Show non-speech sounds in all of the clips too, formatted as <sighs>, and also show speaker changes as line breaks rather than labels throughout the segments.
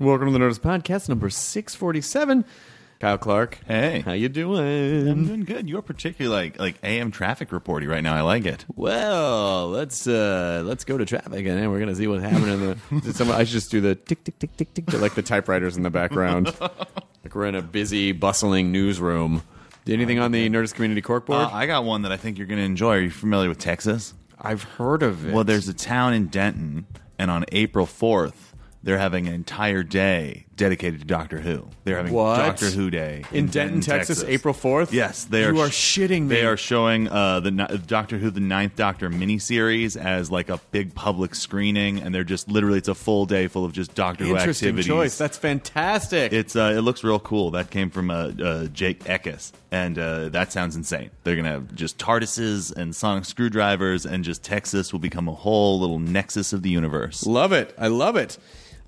Welcome to the Nerdist Podcast, number six forty-seven. Kyle Clark,
Hey.
how you doing?
I'm doing good. You're particularly like like AM traffic reporty right now. I like it.
Well, let's uh let's go to traffic and then we're gonna see what's happening. In the, <laughs> Did someone, I should just do the tick tick tick tick tick like the typewriters in the <laughs> background, like we're in a busy, bustling newsroom. Anything on the Nerdist Community Cork board?
Uh, I got one that I think you're going to enjoy. Are you familiar with Texas?
I've heard of it.
Well, there's a town in Denton, and on April 4th, they're having an entire day dedicated to Doctor Who. They're having
What?
Doctor Who Day
in Denton, Texas, April fourth.
Yes, they are.
You are shitting me.
They are showing uh, the ni- Doctor Who, the Ninth Doctor miniseries, as like a big public screening, and they're just literally it's a full day full of just Doctor Who
interesting
activities.
choice. That's fantastic.
It's uh, it looks real cool. That came from uh, uh, Jake Eckes, and uh, that sounds insane. They're gonna have just TARDISes and sonic screwdrivers, and just Texas will become a whole little nexus of the universe. Uh,
love it. I love it.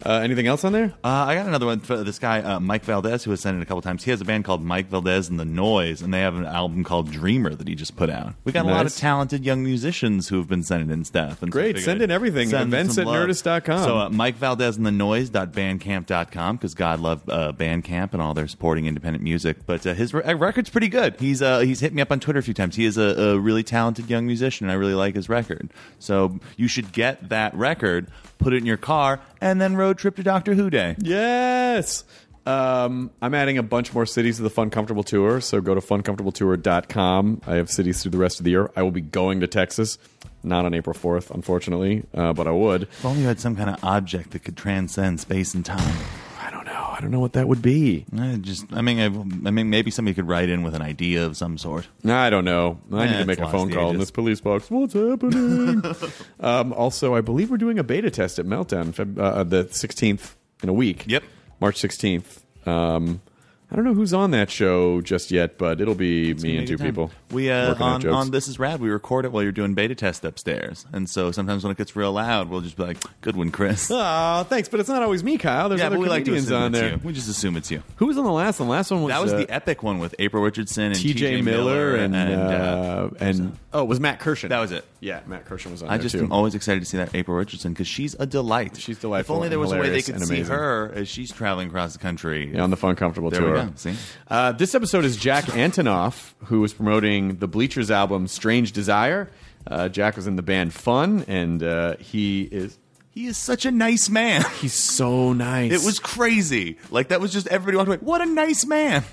Uh, anything else on there?
I got another one for this guy uh, Mike Valdez, who has sent it a couple times. He has a band called Mike Valdez and the Noise, and they have an album called Dreamer that he just put out. We got a lot
Nice.
of talented young musicians who have been sending in stuff. And so I
Great.
figured
Send in
I'd
everything.
send them
Events at
some love.
nerdist.com.
So uh, Mike Valdez and the Noise.bandcamp.com because God love uh, Bandcamp and all their supporting independent music. But uh, his re- uh, record's pretty good. He's uh, he's hit me up on Twitter a few times. He is a, a really talented young musician. and I really like his record. So you should get that record, put it in your car, and then road trip to Doctor Who Day.
Yes. Um, I'm adding a bunch more cities to the Fun Comfortable Tour, so go to funcomfortabletour.com. I have cities through the rest of the year. I will be going to Texas, not on April 4th, unfortunately, uh, but I would.
If only you had some kind of object that could transcend space and time.
I don't know. I don't know what that would be.
I just, I mean, I, I mean, maybe somebody could write in with an idea of some sort.
I don't know. I need
Eh,
to make
it's
a phone
lost
call in
ages.
this police box. What's happening? <laughs> um, also, I believe we're doing a beta test at Meltdown Feb- uh, the 16th in a week.
Yep.
March 16th. Um, I don't know who's on that show just yet, but it'll be me and
Make a
two
time.
people.
We uh,
working out
on
jokes.
on this is rad. We record it while you're doing beta test upstairs, and so sometimes when it gets real loud, we'll just be like, "Good
<laughs>
one, Chris."
Oh, thanks, but it's not always me, Kyle. There's
yeah,
other
but we like to
comedians
assume
on
it's
there.
you. We just assume it's you.
Who was on the last one? The last one was
That was
uh,
the epic one with April Richardson and
T.J. Miller and uh, and oh, it was Matt Kirshen.
that was it.
yeah, Matt Kirshen was on
I
there
just
too.
am always excited to see that April Richardson because she's a delight.
She's delightful
If only there
and
was a way they
hilarious and
could see
amazing.
her as she's traveling across the country.
Yeah, on the Fun Comfortable
There we
tour.
go. See?
Uh, this episode is Jack Antonoff, who is promoting the Bleachers album "Strange Desire." Uh, Jack was in the band Fun, and uh, he is
He is such a nice man. <laughs>
he's so nice.
It was crazy. Like that was just everybody walked away. What a nice man.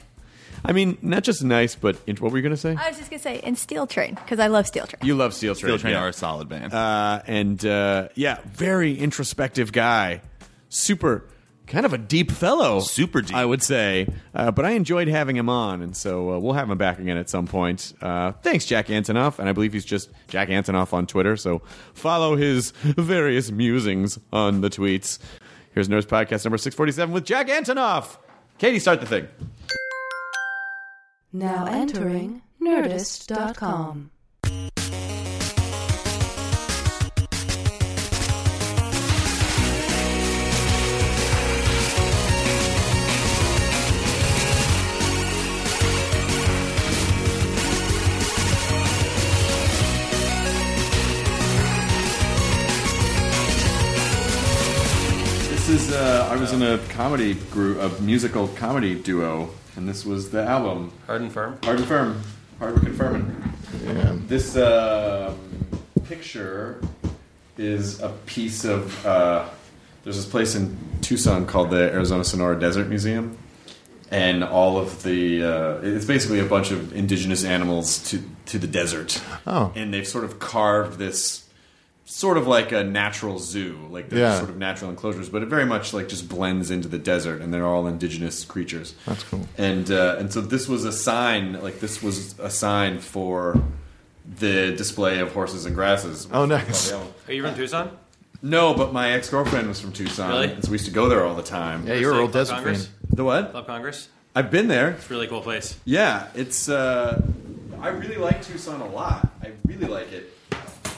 I mean, not just nice, but int- what were you going to say?
I was just gonna say, and Steel Train because I love Steel Train.
you love Steel Train.
Steel Train
yeah.
are a solid band.
uh, and uh, yeah, very introspective guy. Super, kind of a deep fellow.
Super deep.
I would say. Uh, but I enjoyed having him on, and so uh, we'll have him back again at some point. Uh, thanks, Jack Antonoff, and I believe he's just Jack Antonoff on Twitter. So follow his various musings on the tweets. Here's Nerds Podcast number six forty seven with Jack Antonoff. Katie, start the thing.
Now entering Nerdist.com.
This is uh, I was in a comedy group, a musical comedy duo, and this was the album.
Hard and firm.
Hard and firm. Hard work and firm. This uh, picture is a piece of. Uh, there's this place in Tucson called the Arizona Sonora Desert Museum, and all of the. Uh, it's basically a bunch of indigenous animals to to the desert.
Oh.
And they've sort of carved this. Sort of like a natural zoo, like there's
Yeah.
sort of natural enclosures, but it very much like just blends into the desert, and they're all indigenous creatures.
That's cool.
And uh, and so this was a sign, like this was a sign for the display of horses and grasses. which
Oh,
was
nice.
probably all-
Are you from Tucson?
No, but my ex girlfriend was from Tucson,
Really?
and so we used to go there all the time.
Yeah, you're a
Say
real
Club
desert
Congress?
fan.
The what?
Club Congress.
I've been there.
It's a really cool place.
Yeah, it's. Uh, I really like Tucson a lot. I really like it.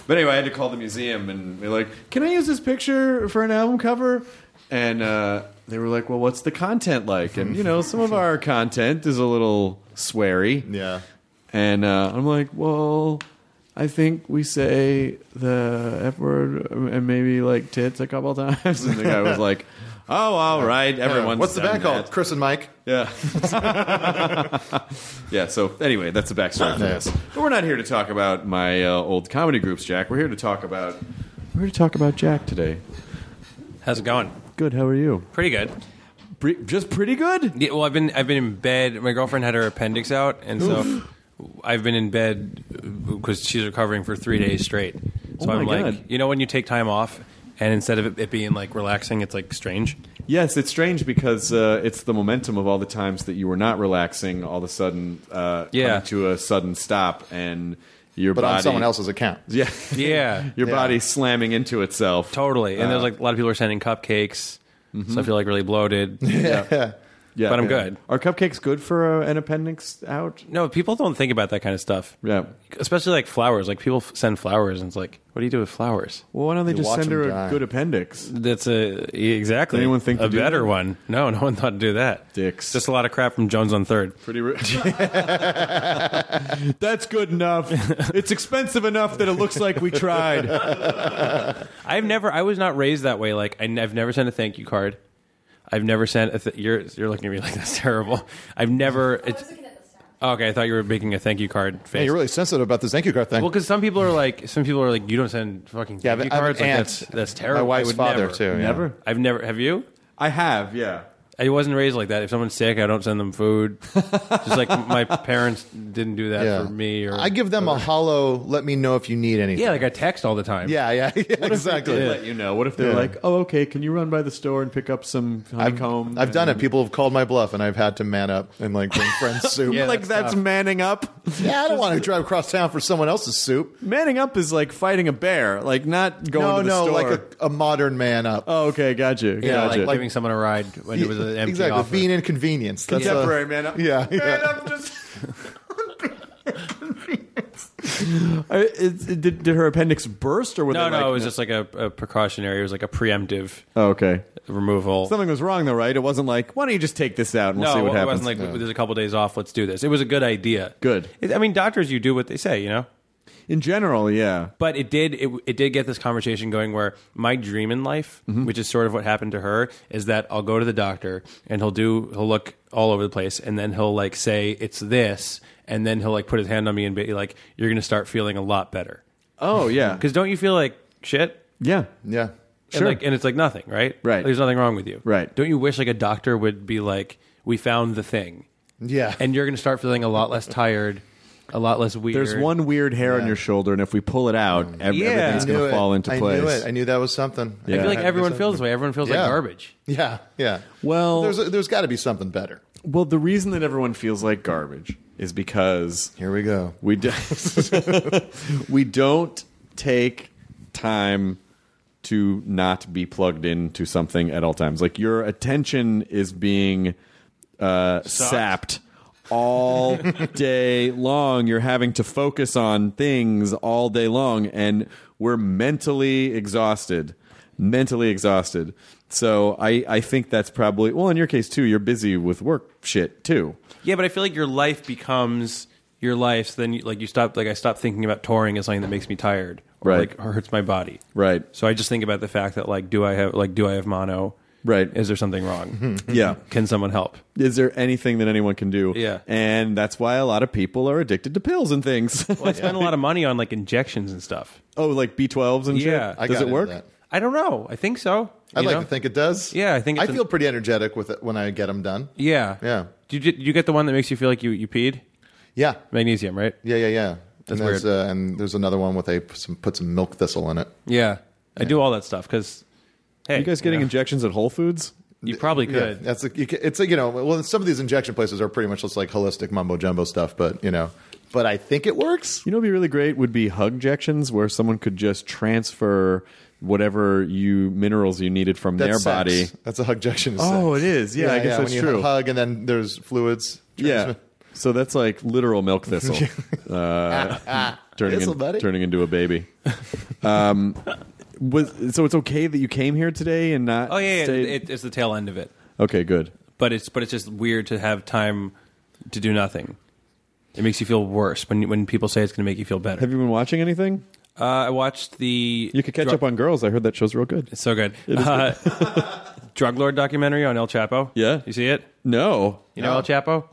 But anyway, I had to call the museum and be like, "Can I use this picture for an album cover?" And uh, they were like, "Well, what's the content like?" And you know, some of our <laughs> content is a little sweary.
Yeah.
And uh, I'm like, well, I think we <laughs> say the F word and maybe like tits a couple times. And the guy was like,
Oh, all right. Everyone's
What's the
done
band called?
that.
Chris and Mike.
Yeah.
<laughs> Yeah. So anyway, that's the backstory for
Yeah.
this. But we're not here to talk about my uh, old comedy groups, Jack. We're here to talk about we're here to talk about Jack today.
How's it going?
Good. How are you?
Pretty good.
Pre- just pretty good.
Yeah, well, I've been I've been in bed. My girlfriend had her appendix out, and so I've been in bed because she's recovering for three days straight. So
Oh my
I'm like,
God.
you know, when you take time off, and instead of it, it being like relaxing, it's like strange.
Yes, it's strange because uh, it's the momentum of all the times that you were not relaxing, all of a sudden, uh,
Yeah.
coming to a sudden stop, and your
but
body
on someone else's account.
<laughs> Yeah,
Yeah,
your
Yeah.
body slamming into itself.
totally. And
Uh.
there's like a lot of people are sending cupcakes,
Mm-hmm.
so I feel like really bloated.
<laughs>
Yeah.
Yeah,
but
yeah.
I'm good.
Are cupcakes good for uh, an appendix out?
No, people don't think about that kind of stuff.
Yeah.
Especially like flowers. Like people f- send flowers, and it's like, what do you do with flowers?
Well, why don't they
You
just
watch
send
them
her a
die.
good appendix?
That's a exactly.
Did anyone think
a
to do
better
that?
one? No, no one thought to do that.
Dicks.
Just a lot of crap from Jones on Third.
<laughs> Pretty. <laughs> Ri- That's good enough. It's expensive enough that it looks like we <laughs> tried.
I've never. I was not raised that way. Like I, have never sent a thank you card. I've never sent. A th- you're you're looking at me <laughs> like that's terrible. I've never. It's, okay, I thought you were making a thank you card face.
Hey, you're really sensitive about this thank you card thing.
well, because some people are like, some people are like, you don't send fucking
yeah,
thank you
I have
cards.
an
Like,
aunt,
that's that's terrible.
My
I
wife's
would
father
never.
too. yeah.
Never.
I've never. Have you?
I have. Yeah.
I wasn't raised like that. If someone's sick, I don't send them
<laughs>
food. Just like my parents didn't do that
Yeah.
for me. Or
I give them a hollow. Let me know if you need anything.
yeah, like I text all the time.
yeah, <laughs> yeah, yeah, exactly.
They let you know. What if they're
Yeah.
like, "Oh, okay, can you run by the store and pick up some honeycomb?"
I've done
and-
it. People have called my bluff, and I've had to man up and like bring
<laughs>
friends soup.
Yeah,
like that's manning up.
yeah, I don't want to drive across town for someone else's soup.
Manning up is like fighting a bear, like not going
no,
to the
no,
store.
like a, a modern man up.
oh, okay, gotcha.
Yeah,
gotcha.
like, giving someone a ride when it was an empty
exactly
offer.
being inconvenienced. That's a-
Contemporary <laughs> man up.
Yeah, yeah.
Man up just. <laughs> I, is- did, did her appendix burst or were
No,
they
no,
like-
it was just like a, a precautionary. It was like a preemptive
Oh, okay.
removal.
Something was wrong though, right? It wasn't like, why don't you just take this out and we'll
no,
see what
it
happens.
wasn't like there's a couple days off. Let's do this. It was a good idea.
Good.
It- I mean, doctors, you do what they say, you know.
In general, yeah.
But it did it, it did get this conversation going where my dream in life,
Mm-hmm.
which is sort of what happened to her, is that I'll go to the doctor and he'll do he'll look all over the place and then he'll like say it's this and then he'll like put his hand on me and be like you're going to start feeling a lot better.
Oh,
<laughs>
yeah.
Cuz don't you feel like shit?
yeah.
yeah.
Sure.
And, like, and it's like nothing, right?
Right.
There's nothing wrong with you.
Right.
Don't you wish like a doctor would be like, we found the thing.
Yeah.
And you're going to start feeling a lot less tired, a lot less weird.
There's one weird hair on your shoulder, and if we pull it out, ev-
Yeah.
everything's
I
going
knew
to
it.
fall into
I
place.
knew it. I knew that was something.
Yeah.
I feel like
had
everyone
this-
feels this way. Everyone feels
Yeah.
like garbage.
Yeah, yeah.
Well-
there's there's got to be something better.
Well, the reason that everyone feels like garbage is because
Here we go.
we do- <laughs> we don't take time to not be plugged into something at all times. Like your attention is being uh, sapped all day long. You're having to focus on things all day long, and we're mentally exhausted. Mentally exhausted. So I, I think that's probably well in your case too. You're busy with work shit too.
Yeah, but I feel like your life becomes your life. So then, you, like, you stop, like, I stop thinking about touring as something that makes me tired or
Right.
like or hurts my body.
Right.
So I just think about the fact that, like, do I have, like, do I have mono?
Right.
Is there something wrong?
Yeah.
Can someone help?
is there anything that anyone can do?
Yeah.
And that's why a lot of people are addicted to pills and things. <laughs>
Well, I spend a lot of money on like injections and stuff.
oh, like B12s and
Yeah.
shit?
I
Does it
got into
work?
that.
I don't know. I think so.
I'd
You
like
know?
to think it does.
Yeah, I think
I
it's an-
feel pretty energetic with it when I get them done.
Yeah.
Yeah.
Do you, do you get the one that makes you feel like you, you peed?
Yeah,
Magnesium, right?
yeah, yeah, yeah.
That's
and there's,
weird.
Uh, and there's another one with a put some, put some milk thistle in it.
Yeah. I do all that stuff because, hey.
You guys getting
know,
injections at Whole Foods?
You probably
Yeah,
could.
that's a, you, ca- it's a, you know well some of these injection places are pretty much just like holistic mumbo jumbo stuff, but you know, but I think it works.
You know, what would be really great would be hugjections, where someone could just transfer whatever you minerals you needed from
That's
their
sex.
body.
That's a hugjection. is
Oh,
sex.
it is. Yeah, I guess that's
when you
true.
Hug and then there's fluids.
Yeah. So that's like literal milk
<laughs>
thistle uh, turning,
Thistle,
in-
buddy.
turning into a baby. Um, was, so it's okay that you came here today and not.
Oh, yeah. yeah
stayed-
it, it's the tail end of it.
okay, good.
But it's, but it's just weird to have time to do nothing. It makes you feel worse when, when people say it's going to make you feel better.
Have you been watching anything?
Uh, I watched the.
You could catch
Dru-
up on girls. I heard that show's real good.
It's so good. Uh, <laughs> Drug Lord documentary on El Chapo.
Yeah.
You see it?
No.
You know El Chapo?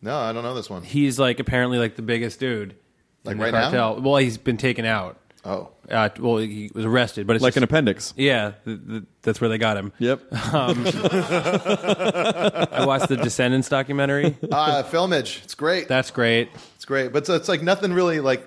No, I don't know this one.
He's like apparently like the biggest dude.
Like
in the
right now?
cartel. Well, he's been taken out.
Oh,
Uh, well, he was arrested, but it's
Like
just-
an appendix.
Yeah, th- th- that's where they got him.
Yep.
I watched the Descendants
<laughs>
documentary.
uh, filmage. It's great.
That's great.
It's great, but so it's like nothing really like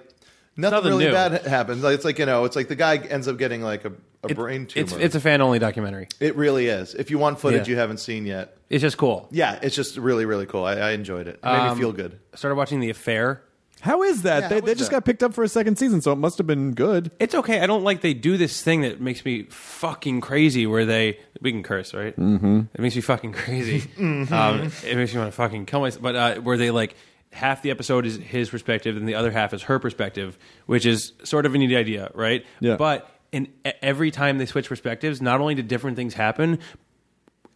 nothing,
Nothing
really
new.
bad happens. Like, it's like you know, it's like the guy ends up getting like a, a brain tumor.
It's it's a fan only documentary.
it really is. If you want footage
Yeah.
you haven't seen yet,
It's just cool.
yeah, it's just really really cool. I, I enjoyed it. It made
Um,
me feel good.
I started watching The Affair.
<laughs> How is that?
Yeah,
they
how
they
is
just
that?
got picked up for a second season, so it must have been good.
It's okay. I don't like they do this thing that makes me fucking crazy. Where they we can curse, right? Mm-hmm. It makes me fucking
<laughs>
crazy.
Mm-hmm.
um, it makes me want to fucking kill myself. But uh, where they like half the episode is his perspective and the other half is her perspective, which is sort of a neat idea, right?
Yeah.
But in e- every time they switch perspectives, not only do different things happen,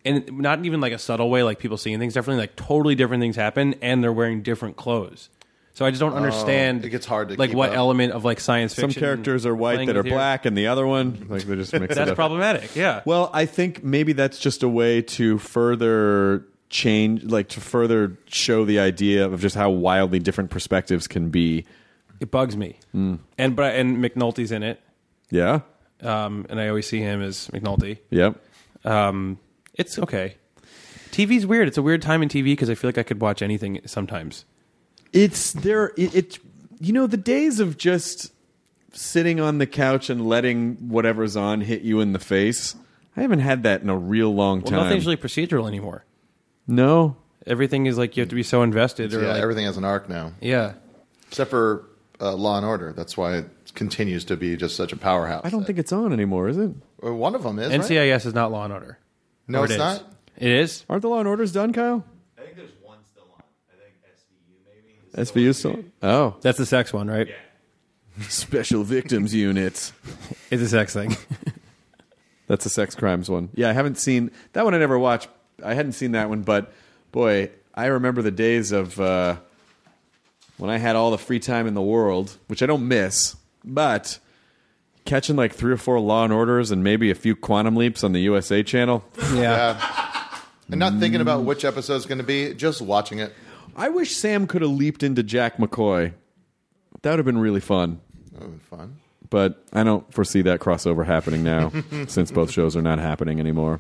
and not even like a subtle way, like people seeing things differently, like totally different things happen, and they're wearing different clothes. So I just don't understand.
Oh, it gets hard to
like
keep
what
up.
element of like science
Some
fiction.
characters are white
playing
that are
with your-
black, and the other one like they just mix it
That's
up.
problematic. Yeah.
Well, I think maybe that's just a way to further change, like to further show the idea of just how wildly different perspectives can be.
it bugs me. And but and McNulty's in it.
Yeah.
Um, and I always see him as McNulty.
Yep.
Um, it's okay. TV's weird. It's a weird time in TV because I feel like I could watch anything sometimes.
It's there. It, it you know the days of just sitting on the couch and letting whatever's on hit you in the face. I haven't had that in a real long
Well,
time.
nothing's really procedural anymore.
no.
Everything is like you have to be so invested. Or
yeah,
like,
everything has an arc now,
yeah.
except for uh, Law and Order. That's why it continues to be just such a powerhouse.
I don't think it's on anymore, is it?
Uh, one of them is right?
NCIS is not Law and Order.
No,
Or
it's
it is.
not.
It is.
Aren't the Law and Orders done, Kyle?
I think there's one still on. I think SVU maybe. Is
SVU still? Oh,
That's the sex one, right?
Special Victims Units.
It's a sex thing.
That's a sex crimes one. Yeah, I haven't seen that one. I never watched. I hadn't seen that one, but boy, I remember the days of uh, when I had all the free time in the world, which I don't miss. But catching like three or four Law and Orders and maybe a few Quantum Leaps on the USA Channel.
yeah.
And not thinking
Mm.
about which episode's going to be, just watching it.
I wish Sam could have leaped into Jack McCoy. That would have been really fun.
That would be Oh, fun.
but I don't foresee that crossover happening now since both shows are not happening anymore.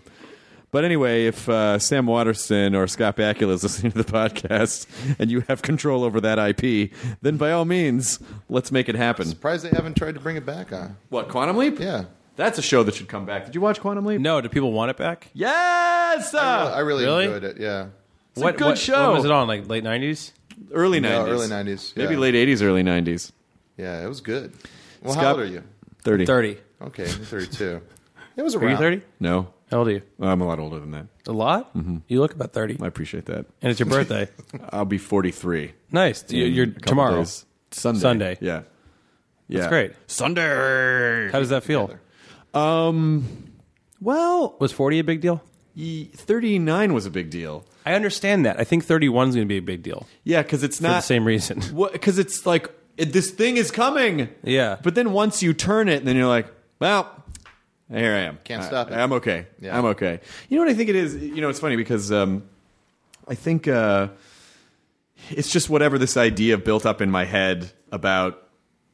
But anyway, if uh, Sam Watterson or Scott Bakula is <laughs> listening to the podcast and you have control over that IP, then by all means, let's make it happen.
Surprised they haven't tried to bring it back. Huh?
What, Quantum Leap?
Yeah,
That's a show that should come back. Did you watch Quantum Leap?
No, do people want it back?
Yes! Uh,
I really,
Really?
enjoyed it. Yeah,
a good
what,
show.
When was it on? Like late nineties?
early 90s.
No, early 90s,
Maybe
yeah.
late 80s, early 90s.
yeah, it was good. Well,
Scott-
how old are you?
30.
Thirty.
Okay, I'm 32.
<laughs>
It was
Are
around.
you thirty?
No,
How old are you?
I'm a lot older than that.
A lot? Mm-hmm. You look about thirty.
I appreciate that.
And it's your birthday.
<laughs> I'll be 43.
nice. You-
in
You're
a couple
tomorrow.
days. Sunday.
Sunday.
Yeah. Yeah.
That's great.
Sunday.
How does that feel?
Well,
Was 40 a big deal?
y- 39 was a big deal.
I understand that. I think 31 is going to be a big deal
Yeah, because it's
for
not
the
<laughs>
same reason.
Because it's like it, this thing is coming.
Yeah.
But then once you turn it, then you're like, well, here I am.
Can't
I-
stop it.
I'm okay.
Yeah.
I'm okay. You know what I think it is? You know, it's funny because um, I think uh, it's just whatever this idea built up in my head about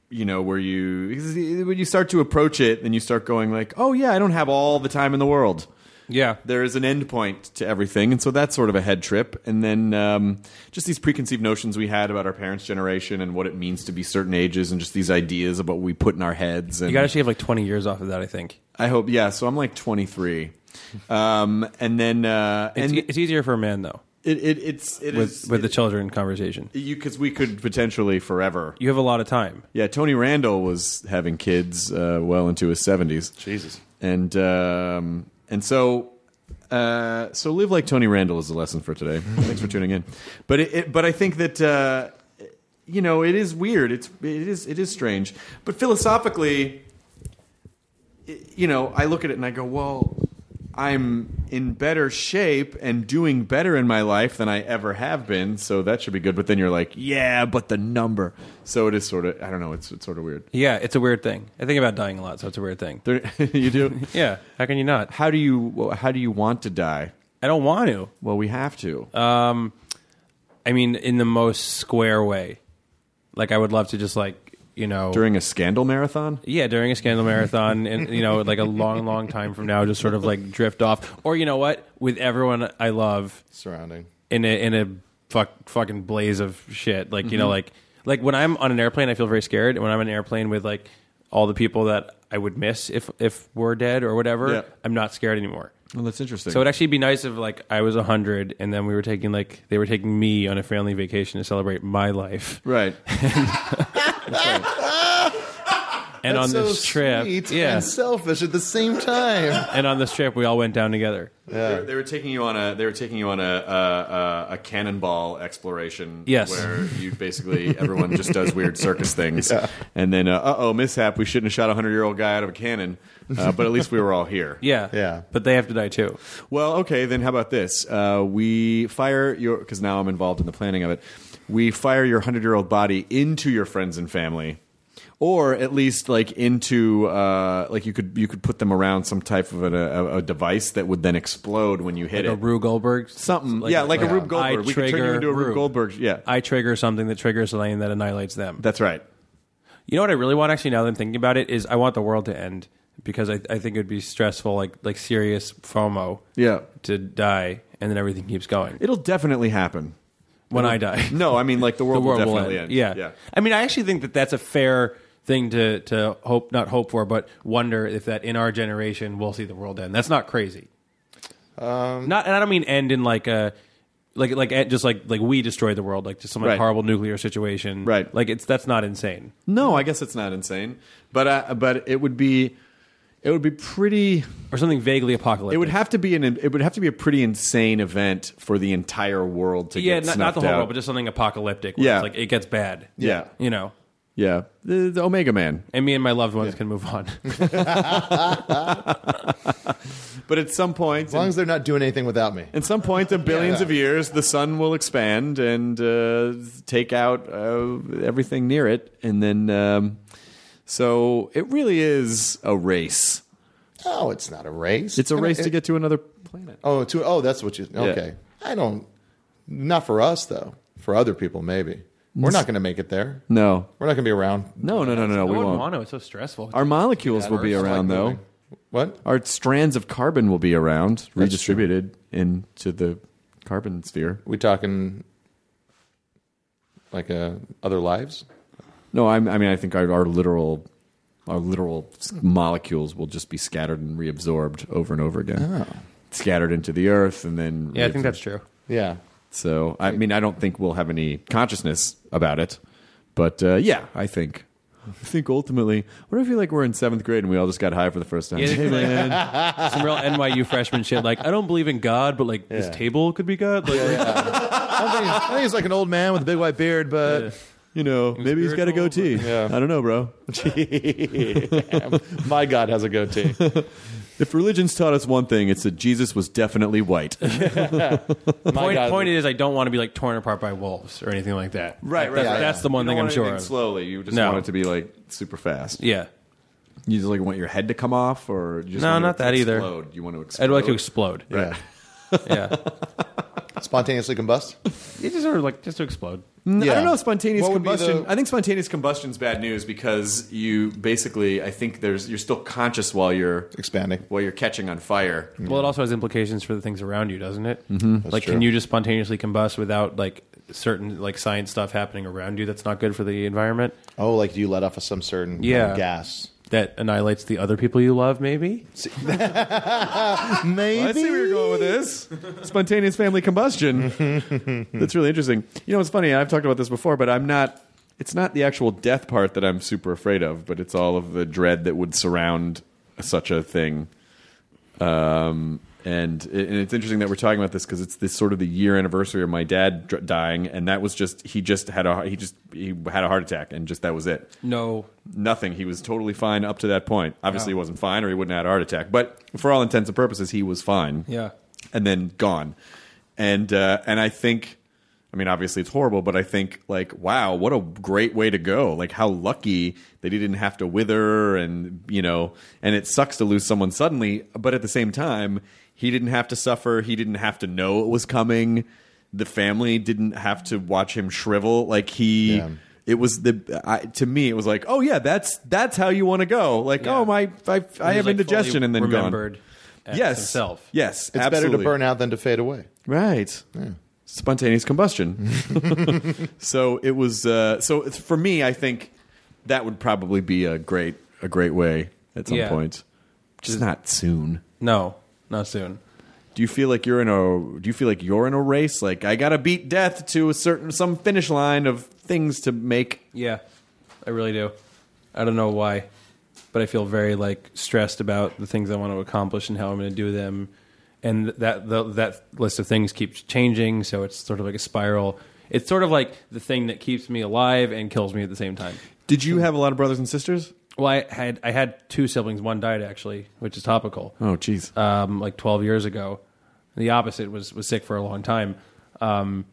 you know where you because when you start to approach it then you start going like oh yeah i don't have all the time in the world
yeah.
there is an end point to everything and so that's sort of a head trip and then um, just these preconceived notions we had about our parents generation and what it means to be certain ages and just these ideas about what we put in our heads and
You got to shave like 20 years off of that, I think.
i hope yeah so i'm like 23 um, and then uh,
It's, e-,
and
it's easier for a man, though,
it, it, it's it
with,
is-
with the children conversation.
you because we could potentially forever
You have a lot of time.
yeah tony randall was having kids uh, well into his 70s
Jesus.
and um, and so uh, so live like Tony Randall is the lesson for today. <laughs> Thanks for tuning in. But it, it, but I think that uh, you know it is weird. It's it is it is strange. But philosophically, it- you know, I look at it and I go, well, I'm in better shape and doing better in my life than I ever have been, so that should be good. But then you're like, yeah, but the number. So it is sort of, I don't know, it's, it's sort of weird.
Yeah, it's a weird thing. I think about dying a lot, so it's a weird thing.
There, <laughs> you do.
Yeah, how can you not?
How do you how do you want to die?
I don't want to.
Well, we have to.
Um, I mean, in the most square way. Like, I would love to just like you know
During a scandal marathon?
Yeah, during a scandal marathon, and you know, like a long, long time from now, just sort of like drift off. Or you know what? With everyone I love
surrounding.
in a in a fuck, fucking blaze of shit. Like
Mm-hmm.
you know, like like when I'm on an airplane, I feel very scared. And when I'm on an airplane with like all the people that I would miss if if we're dead or whatever,
Yeah.
I'm not scared anymore.
Well, that's interesting.
So it'd actually be nice if like I was hundred, and then we were taking like they were taking me on a family vacation to celebrate my life.
<laughs> right.
And on
so
this trip,
sweet
yeah,
and selfish at the same
<laughs>
time.
and on this trip, we all went down together.
They, were, they were taking you on a they were taking you on a a, a, a cannonball exploration.
Yes.
where you
Basically, everyone just does weird circus <laughs> things. And then, uh oh, mishap. We shouldn't have shot a 100 year old guy out of a cannon, uh, but at least we were all <laughs> here.
Yeah,
Yeah.
But they have to die too.
Well, okay, then how about this? Uh, we fire your, because now I'm involved in the planning of it. We fire your 100 year old body into your friends and family. Or at least like into uh, like you could you could put them around some type of a, a, a device that would then explode when you hit
Like a
it.
Rue Goldberg,
something yeah, like a Rube
I
Goldberg. we could turn you
trigger
into a Rube
Rube.
Goldberg. Yeah,
I trigger something that triggers something that annihilates them.
that's right.
You know what I really want actually now that I'm thinking about it is I want the world to end because I, I think it would be stressful, like like serious FOMO
Yeah,
to die and then everything keeps going.
it'll definitely happen.
when I die.
No, I mean like the
the
world,
world
will
will
definitely
end.
end.
Yeah.
yeah.
I mean, I actually think that that's a fair thing to to hope not hope for, but wonder if that in our generation we'll see the world end. That's not crazy. Um, not, and I don't mean end in like a like like eh, just like like we destroy the world, like just some like
Right.
horrible nuclear situation.
Right.
Like it's that's not insane.
No, I guess it's not insane, but uh, but it would be it would be pretty.
Or something vaguely apocalyptic.
It would have to be an it would have to be a pretty insane event for the entire world to
yeah,
get
not, not
snuffed
the whole
out.
world, but just something apocalyptic. Where
Yeah.
it's like it gets bad.
Yeah.
you know.
yeah, the, the Omega Man.
And me and my loved ones can move on. <laughs>
But at some point,
As long
in,
as they're not doing anything without me.
at some point
<laughs>
in billions of years, the sun will expand and uh, take out uh, everything near it, and then um, so it really is a race.
Oh, it's not a race.
It's a
Kinda-
race to
it-
get to another planet.
Oh, to oh, that's what you. Okay, I don't. Not for us though. For other people, maybe we're not going to make it there.
No,
We're not going to be around.
no, no, no, no, no.
I
We
wouldn't
won't.
want to. It's so stressful.
Our molecules will be
It's like
around though.
moving. What?
Our strands of carbon will be around, redistributed into the carbon sphere.
We talking like uh, other lives?
No, I'm, I mean, I think our, our literal, our literal s- molecules will just be scattered and reabsorbed over and over again, scattered into the earth, and then
Oh. yeah, I think
reabsorbed.
that's true.
Yeah.
so. I mean, I don't think we'll have any consciousness about it, but uh, yeah, I think. I think ultimately, what if you like we're in seventh grade and we all just got high for the first time?
Yeah,
Hey,
like-
man.
some real NYU freshman shit. Like, I don't believe in God, but like this table could be God. Like,
I think, I think he's like an old man with a big white beard, but
<laughs> you know, maybe he's got a
spiritual,
goatee. I don't know, bro.
my God has a goatee. <laughs>
If religion's taught us one thing, it's that Jesus was definitely
<laughs>
white.
My
point,
God,
point is, I don't want to be like torn apart by wolves or anything like that.
Right,
That's,
right.
that's the one thing I'm sure of.
Slowly, you just
No.
want it to be like super fast.
Yeah,
You just like want your head to come off, or you just
No,
want it
not
to
that either.
explode. You want to explode.
I'd like to explode.
yeah.
Yeah,
Spontaneously combust.
you just sort of like just to explode.
I
Yeah.
don't know. Spontaneous
What would be
combustion.
the-
I think spontaneous combustion's bad news because you basically, I think there's you're still conscious while you're
Expanding.
while you're catching on fire.
Well, it also has implications for the things around you, doesn't it? Mm-hmm. Like, can
true.
you just spontaneously combust without like certain like science stuff happening around you that's not good for the environment
Oh, like you let off of some certain kind of
Yeah.
gas.
that annihilates the other people you love? Maybe.
Maybe.
I see where you're going with this. Spontaneous family combustion. That's really interesting. You know, it's funny. I've talked about this before, but I'm not. It's not the actual death part that I'm super afraid of, but it's all of the dread that would surround such a thing. Um, And, it, and it's interesting that we're talking about this because it's this sort of the year anniversary of my dad dr- dying, and that was just he just had a he just he had a heart attack, and just that was it.
No.
Nothing. He was totally fine up to that point. Obviously, he wasn't fine, or he wouldn't have had a heart attack. But for all intents and purposes, he was fine
Yeah.
and then gone. And uh, and I think, I mean, obviously it's horrible, but I think like, wow, what a great way to go! Like how lucky that he didn't have to wither, and you know, and it sucks to lose someone suddenly, but at the same time, he didn't have to suffer. He didn't have to know it was coming. The family didn't have to watch him shrivel. Like he.
Yeah.
It was the I, to me. It was like, oh yeah, that's that's how you want to go. Like,
Yeah.
oh my, I, I
He was,
have
like,
indigestion,
fully
and then gone.
remembered as
Yes,
himself.
Yes,
It's better to burn out than to fade away.
Right. Spontaneous combustion. <laughs> so it was. Uh, so it's, for me, I think that would probably be a great a great way at some
Yeah.
point. Just not soon.
No, not soon.
Do you feel like you're in a? Do you feel like you're in a race? Like I gotta beat death to a certain some finish line of things to make.
Yeah, I really do. I don't know why, but I feel very like stressed about the things I want to accomplish and how I'm going to do them, and that the, that list of things keeps changing. So it's sort of like a spiral. It's sort of like the thing that keeps me alive and kills me at the same time.
Did you have a lot of brothers and sisters?
Well, I had I had two siblings. One died actually, which is topical.
Oh, jeez.
um, like 12 years ago. The opposite was was sick for a long time. Um,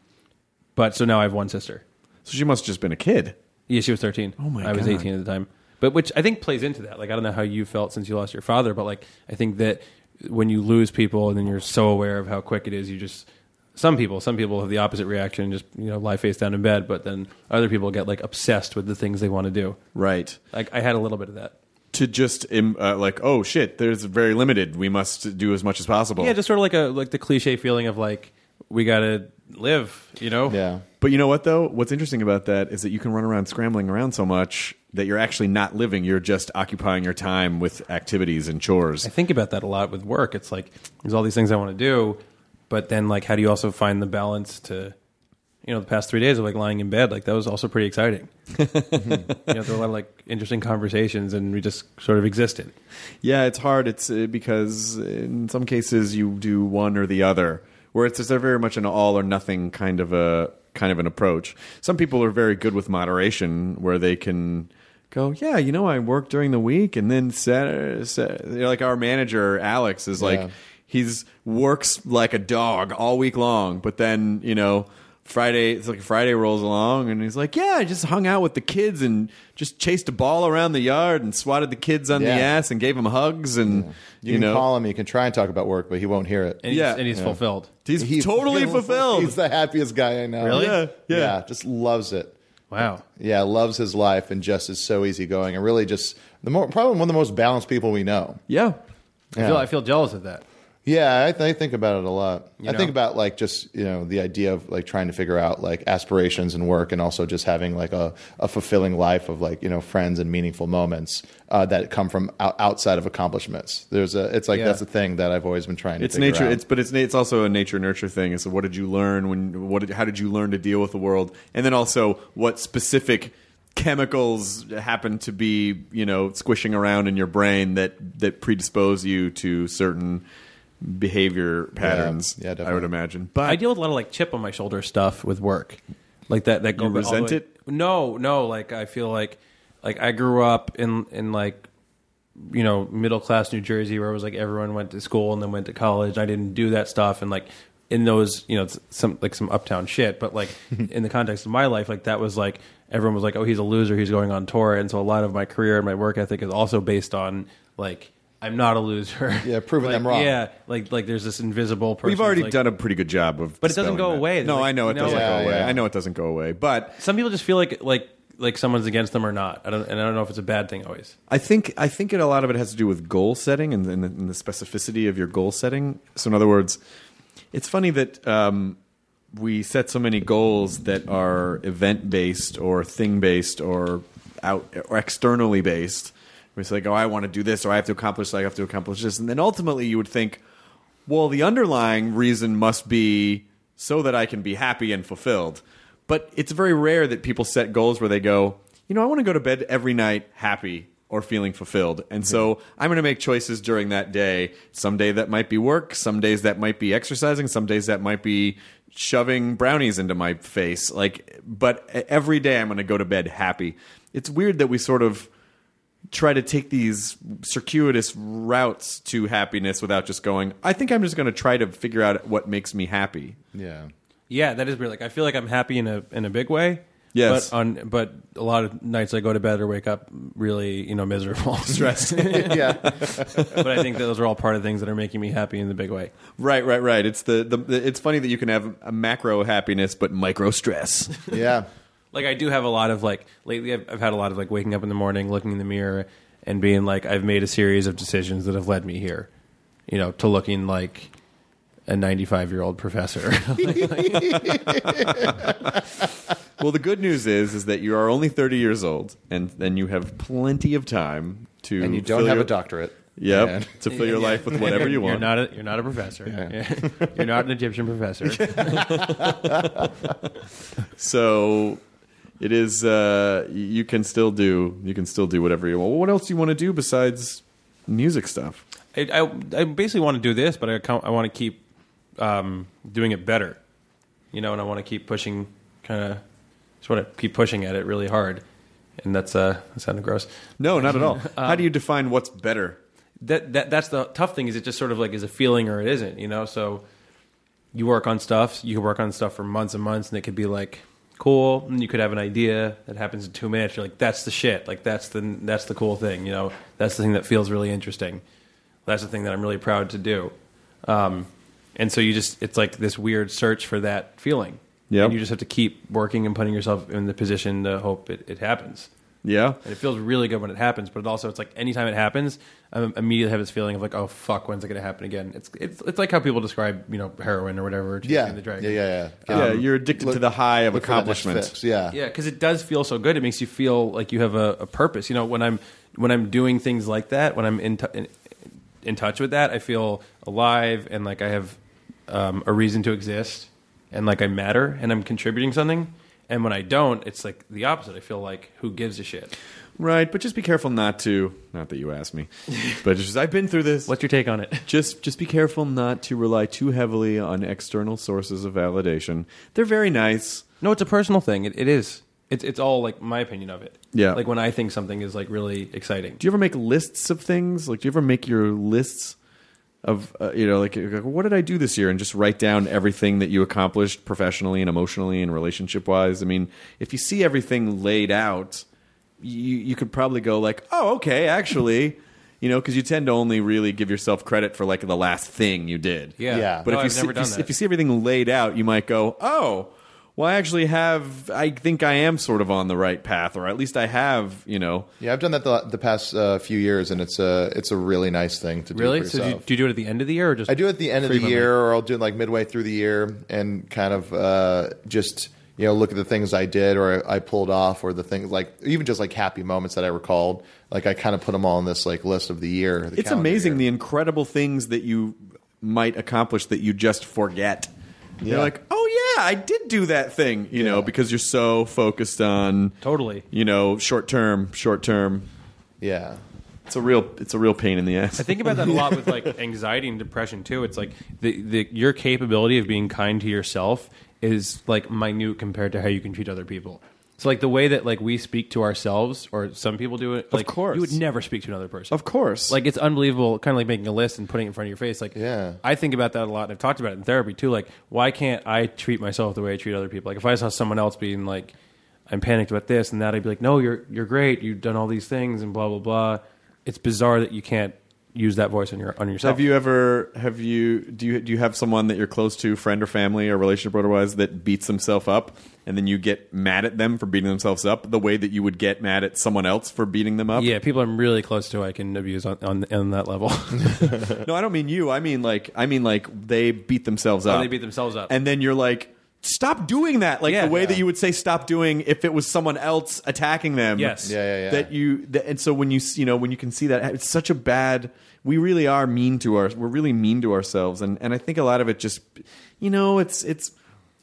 but so now I have one sister.
so she must have just been a kid.
Yeah, she was 13. Oh
my
I was
God.
18 at the time. But which I think plays into that. Like I don't know how you felt since you lost your father, but like I think that when you lose people and then you're so aware of how quick it is, you just some people, some people have the opposite reaction and just, you know, lie face down in bed, but then other people get like obsessed with the things they want to do.
Right.
Like I had a little bit of that.
To just um, uh, like, oh shit, there's very limited. We must do as much as possible.
Yeah, just sort of like a like the cliche feeling of like we got to live, you know?
Yeah.
But you know what though? What's interesting about that is that you can run around scrambling around so much that you're actually not living. You're just occupying your time with activities and chores.
I think about that a lot with work. It's like there's all these things I want to do, but then like how do you also find the balance to you know, the past three days of like lying in bed, like that was also
<laughs>
pretty exciting. you know, there were a lot of like interesting conversations and we just sort of existed.
Yeah, it's hard. It's uh, because in some cases you do one or the other, where it's, it's a very much an all or nothing kind of a kind of an approach. Some people are very good with moderation, where they can go, yeah, you know, I work during the week, and then Saturday, Saturday like our manager Alex is
Yeah.
like he's works like a dog all week long, but then you know. Friday, it's like Friday rolls along, and he's like, "Yeah, I just hung out with the kids and just chased a ball around the yard and swatted the kids on the
Yeah.
ass and gave him hugs and
You,
you,
can
know
call him. You can try and talk about work, but he won't hear it.
And
Yeah.
he's, and he's
Yeah.
fulfilled.
he's,
<laughs>
totally fulfilled.
He's the happiest guy I know.
Really?
Yeah, yeah.
Just loves it.
Wow.
Yeah, loves his life and just is so easygoing and really just the more, probably one of the most balanced people we know.
yeah.
I feel I feel jealous of that.
Yeah, I, th- I think about it a lot. I
know?
think about like just you know the idea of like trying to figure out like aspirations and work, and also just having like a, a fulfilling life of like you know friends and meaningful moments uh, that come from out- outside of accomplishments. There's a it's like
Yeah.
that's a thing that I've always been trying to.
It's
figure
nature.
out.
It's but it's na- it's also a nature nurture thing. It's what did you learn when what did, how did you learn to deal with the world, and then also what specific chemicals happen to be you know squishing around in your brain that that predispose you to certain behavior patterns. I
yeah,
would
definitely.
imagine. But
I deal with a lot of like chip on my shoulder stuff with work, like that. That go
You
all the
resent
way-
it?
No, no. Like I feel like, like I grew up in in like, you know, middle class New Jersey where it was like everyone went to school and then went to college. I didn't do that stuff and like in those you know it's some like some uptown shit,
<laughs>
but like in the context of my life, like that was like everyone was like, oh, he's a loser, he's going on tour, and so a lot of my career and my work ethic is also based on like. I'm not a loser.
Yeah,
<laughs>
proving
Like,
them wrong.
Yeah, like like there's this invisible person.
We've already
like,
done a pretty good job of,
But it doesn't
dispelling
go
that.
away.
No,
Like,
I know it
no.
doesn't
Yeah,
go away.
yeah.
I know it doesn't go away. But
some people just feel like like like someone's against them or not. I don't, and I don't know if it's a bad thing always.
I think I think it, a lot of it has to do with goal setting and, and, the, and the specificity of your goal setting. So, in other words, it's funny that um, we set so many goals that are event based or thing based or out or externally based. It's like, oh, I want to do this, or I have to accomplish, this, I have to accomplish this, and then ultimately you would think, well, the underlying reason must be so that I can be happy and fulfilled. But it's very rare that people set goals where they go, you know, I want to go to bed every night happy or feeling fulfilled. And so I'm going to make choices during that day. Someday that might be work. Some days that might be exercising. Some days that might be shoving brownies into my face. Like, but e-, every day I'm going to go to bed happy. It's weird that we sort of try to take these circuitous routes to happiness without just going i think i'm just going to try to figure out what makes me happy
Yeah. <laughs>
Yeah, that is weird. Like I feel like I'm happy in a in a big way.
Yes.
But on but a lot of nights I go to bed or wake up really you know miserable, <laughs> stressed.
yeah.
but I think that those are all part of things that are making me happy in the big way.
right right right it's the, the, the it's funny that you can have a macro happiness but micro
<laughs>
stress
Yeah.
Like I do have a lot of like lately I've, I've had a lot of like waking up in the morning, looking in the mirror, and being like I've made a series of decisions that have led me here, you know, to looking like a 95 year old professor. <laughs>
well the good news is is that you are only 30 years old and then you have plenty of time to
And you don't
fill
have
your,
a doctorate.
yep
<laughs> And-
to fill your life with whatever you
You're
want
not a, you're not a professor. Yeah. <laughs> you're not an Egyptian professor.
so it is uh you can still do you can still do whatever you want what else do you want to do besides music stuff
<laughs> I, I, I basically want to do this, but I, co- I want to keep um, doing it better, you know, and I want to keep pushing, kind of, just want to keep pushing at it really hard, and that's uh, that sounded gross.
No, not
<laughs>
at all. How
Um,
do you define what's better?
That that that's the tough thing is it just sort of like is a feeling or it isn't, you know. So you work on stuff, you can work on stuff for months and months, and it could be like cool, and you could have an idea that happens in two minutes. You're like, that's the shit, like that's the that's the cool thing, you know. That's the thing that feels really interesting. That's the thing that I'm really proud to do. Um, and so you just it's like this weird search for that feeling.
Yep.
And you just have to keep working and putting yourself in the position to hope it, it happens.
Yeah.
And it feels really good when it happens, but it also it's like anytime it happens, I immediately have this feeling of like, oh fuck, when's it gonna happen again? It's it's it's like how people describe you know heroin or whatever. or chasing
Yeah.
the
Yeah.
dragon.
Yeah. Yeah.
yeah,
Um,
you're addicted
look-
to the high of
look for that next
accomplishment.
fix. Yeah.
Yeah, because it does feel so good. It makes you feel like you have a, a purpose. You know, when I'm when I'm doing things like that, when I'm in, t- in in touch with that, I feel alive and like I have um, a reason to exist, and like I matter and I'm contributing something. And when I don't, it's like the opposite. I feel like who gives a shit.
Right, but just be careful not to not that you asked
<laughs>
me. but just I've been through this.
What's your take on it?
Just just be careful not to rely too heavily on external sources of validation. They're very nice.
No, it's a personal thing. It, it is. It's it's all like my opinion of it.
Yeah.
Like when I think something is like really exciting.
Do you ever make lists of things? Like do you ever make your lists of uh, you know like you're like, what did I do this year and just write down everything that you accomplished professionally and emotionally and relationship wise? I mean, if you see everything laid out, you you could probably go like, oh, okay, actually, you know, because you tend to only really give yourself credit for like the last thing you did.
Yeah.
Yeah.
But
No,
if you
I've
see,
never
if,
done
you, see-
that.
if you see everything laid out, you might go, oh. Well, I actually have. I think I am sort of on the right path, or at least I have, you know.
Yeah, I've done that the, the past uh, few years, and it's a it's a really nice thing to do.
really?
for
So do you,
yourself.
do you do it at the end of the year or just?
I do it at the end of the
Freeman.
year, or I'll do it like midway through the year, and kind of uh, just you know look at the things I did or I, I pulled off, or the things like even just like happy moments that I recalled. Like I kind of put them all in this like list of the year. the
it's
calendar
amazing
year.
the incredible things that you might accomplish that you just forget. You're
Yeah.
like, oh yeah, I did do that thing, you know,
Yeah.
because you're so focused on
Totally.
you know, short term, short term.
yeah.
It's a real, it's a real pain in the ass.
<laughs>
I think about that a lot with like <laughs> anxiety and depression too. It's like the, the your capability of being kind to yourself is like minute compared to how you can treat other people. So like the way that like we speak to ourselves or some people do it, like
course.
you would never speak to another person.
of course,
Like it's unbelievable, kind of like making a list and putting it in front of your face. Like,
Yeah.
I think about that a lot, and I've talked about it in therapy too. Like, why can't I treat myself the way I treat other people? Like, if I saw someone else being like, I'm panicked about this and that, I'd be like, No, you're you're great. You've done all these things and blah blah blah. It's bizarre that you can't use that voice on your on yourself.
have you ever, have you, do you, do you have someone that you're close to, friend or family or relationship otherwise, that beats themselves up, and then you get mad at them for beating themselves up the way that you would get mad at someone else for beating them up?
Yeah, people I'm really close to, I can abuse on on, on that level.
<laughs>
<laughs>
No, I don't mean you. I mean like I mean like they beat themselves up.
Oh, they beat themselves up.
And then you're like, stop doing that. Like
Yeah.
the way that
Yeah.
you would say stop doing if it was someone else attacking them.
Yes. Yeah,
yeah, yeah.
That you that, and so when you s- you know when you can see that it's such a bad. We really are mean to our. We're really mean to ourselves, and and I think a lot of it just, you know, it's it's.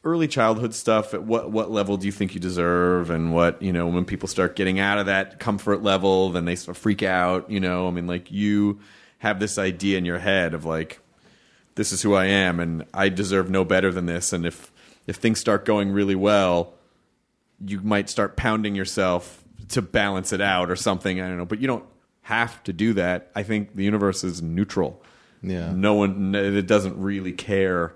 early childhood stuff at what what level do you think you deserve and what you know when people start getting out of that comfort level then they sort of freak out you know i mean like you have this idea in your head of like this is who i am and i deserve no better than this and if if things start going really well you might start pounding yourself to balance it out or something i don't know but you don't have to do that i think the universe is neutral
Yeah.
no one n- it doesn't really care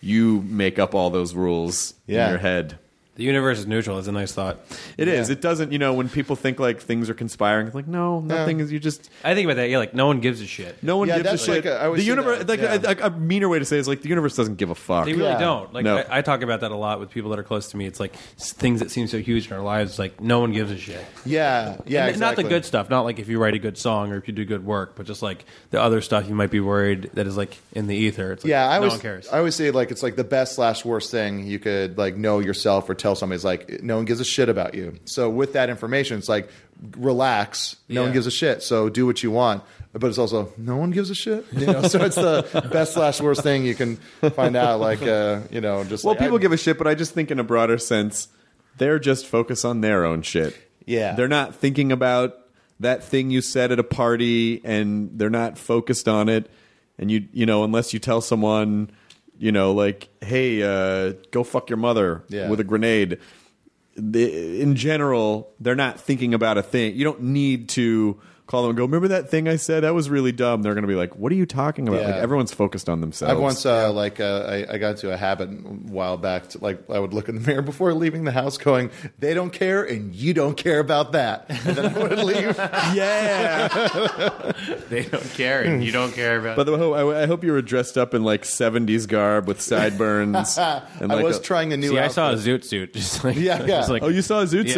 you make up all those rules
Yeah.
in your head
The universe is neutral. It's a nice thought.
It is. it doesn't you know when people think like things are conspiring it's like no nothing is you just
I think about that. Yeah, like no one gives a shit.
no one
Yeah,
gives a
that's
shit
like a- I always
the
see
universe
that,
like
yeah.
a, a- a meaner way to say it is like the universe doesn't give a fuck
They really
Yeah.
don't. Like
No.
I, I talk about that a lot with people that are close to me. It's like s- things that seem so huge in our lives. Like no one gives a shit.
Yeah, yeah,
And Not the
exactly.
good stuff. Not like if you write a good song or if you do good work, but just like the other stuff you might be worried that is like in the ether. It's like,
Yeah, I
no
always,
one cares.
I always say like it's like the best slash worst thing you could like know yourself or tell somebody is like no one gives a shit about you. So with that information, it's like relax. No
Yeah.
one gives a shit. So do what you want. But it's also no one gives a shit. You know, so
<laughs>
it's the best slash worst thing you can find out. Like uh, you know, just
well
like,
people
I-
give a shit but i just think in a broader sense they're just focused on their own shit
Yeah.
they're not thinking about that thing you said at a party and they're not focused on it and you you know unless you tell someone you know like hey uh, go fuck your mother
Yeah.
with a grenade the, in general, they're not thinking about a thing. You don't need to call them and go, remember that thing I said? That was really dumb. They're going to be like, what are you talking about?
Yeah.
Like, everyone's focused on themselves.
I've once uh, like uh, I, I got into a habit a while back. To, like I would look in the mirror before leaving the house, going, "They don't care, and you don't care about that." And then I
<laughs>
would leave.
<laughs> yeah.
they don't care, and you don't care about.
By the way, I, I hope you were dressed up in like 70s garb with
<laughs>
sideburns. and
I
like
was
a-
trying a new.
See, I
outfit.
saw a zoot suit. <laughs> Just like
Yeah, yeah.
Just like,
Oh, you saw a zoot
Yeah.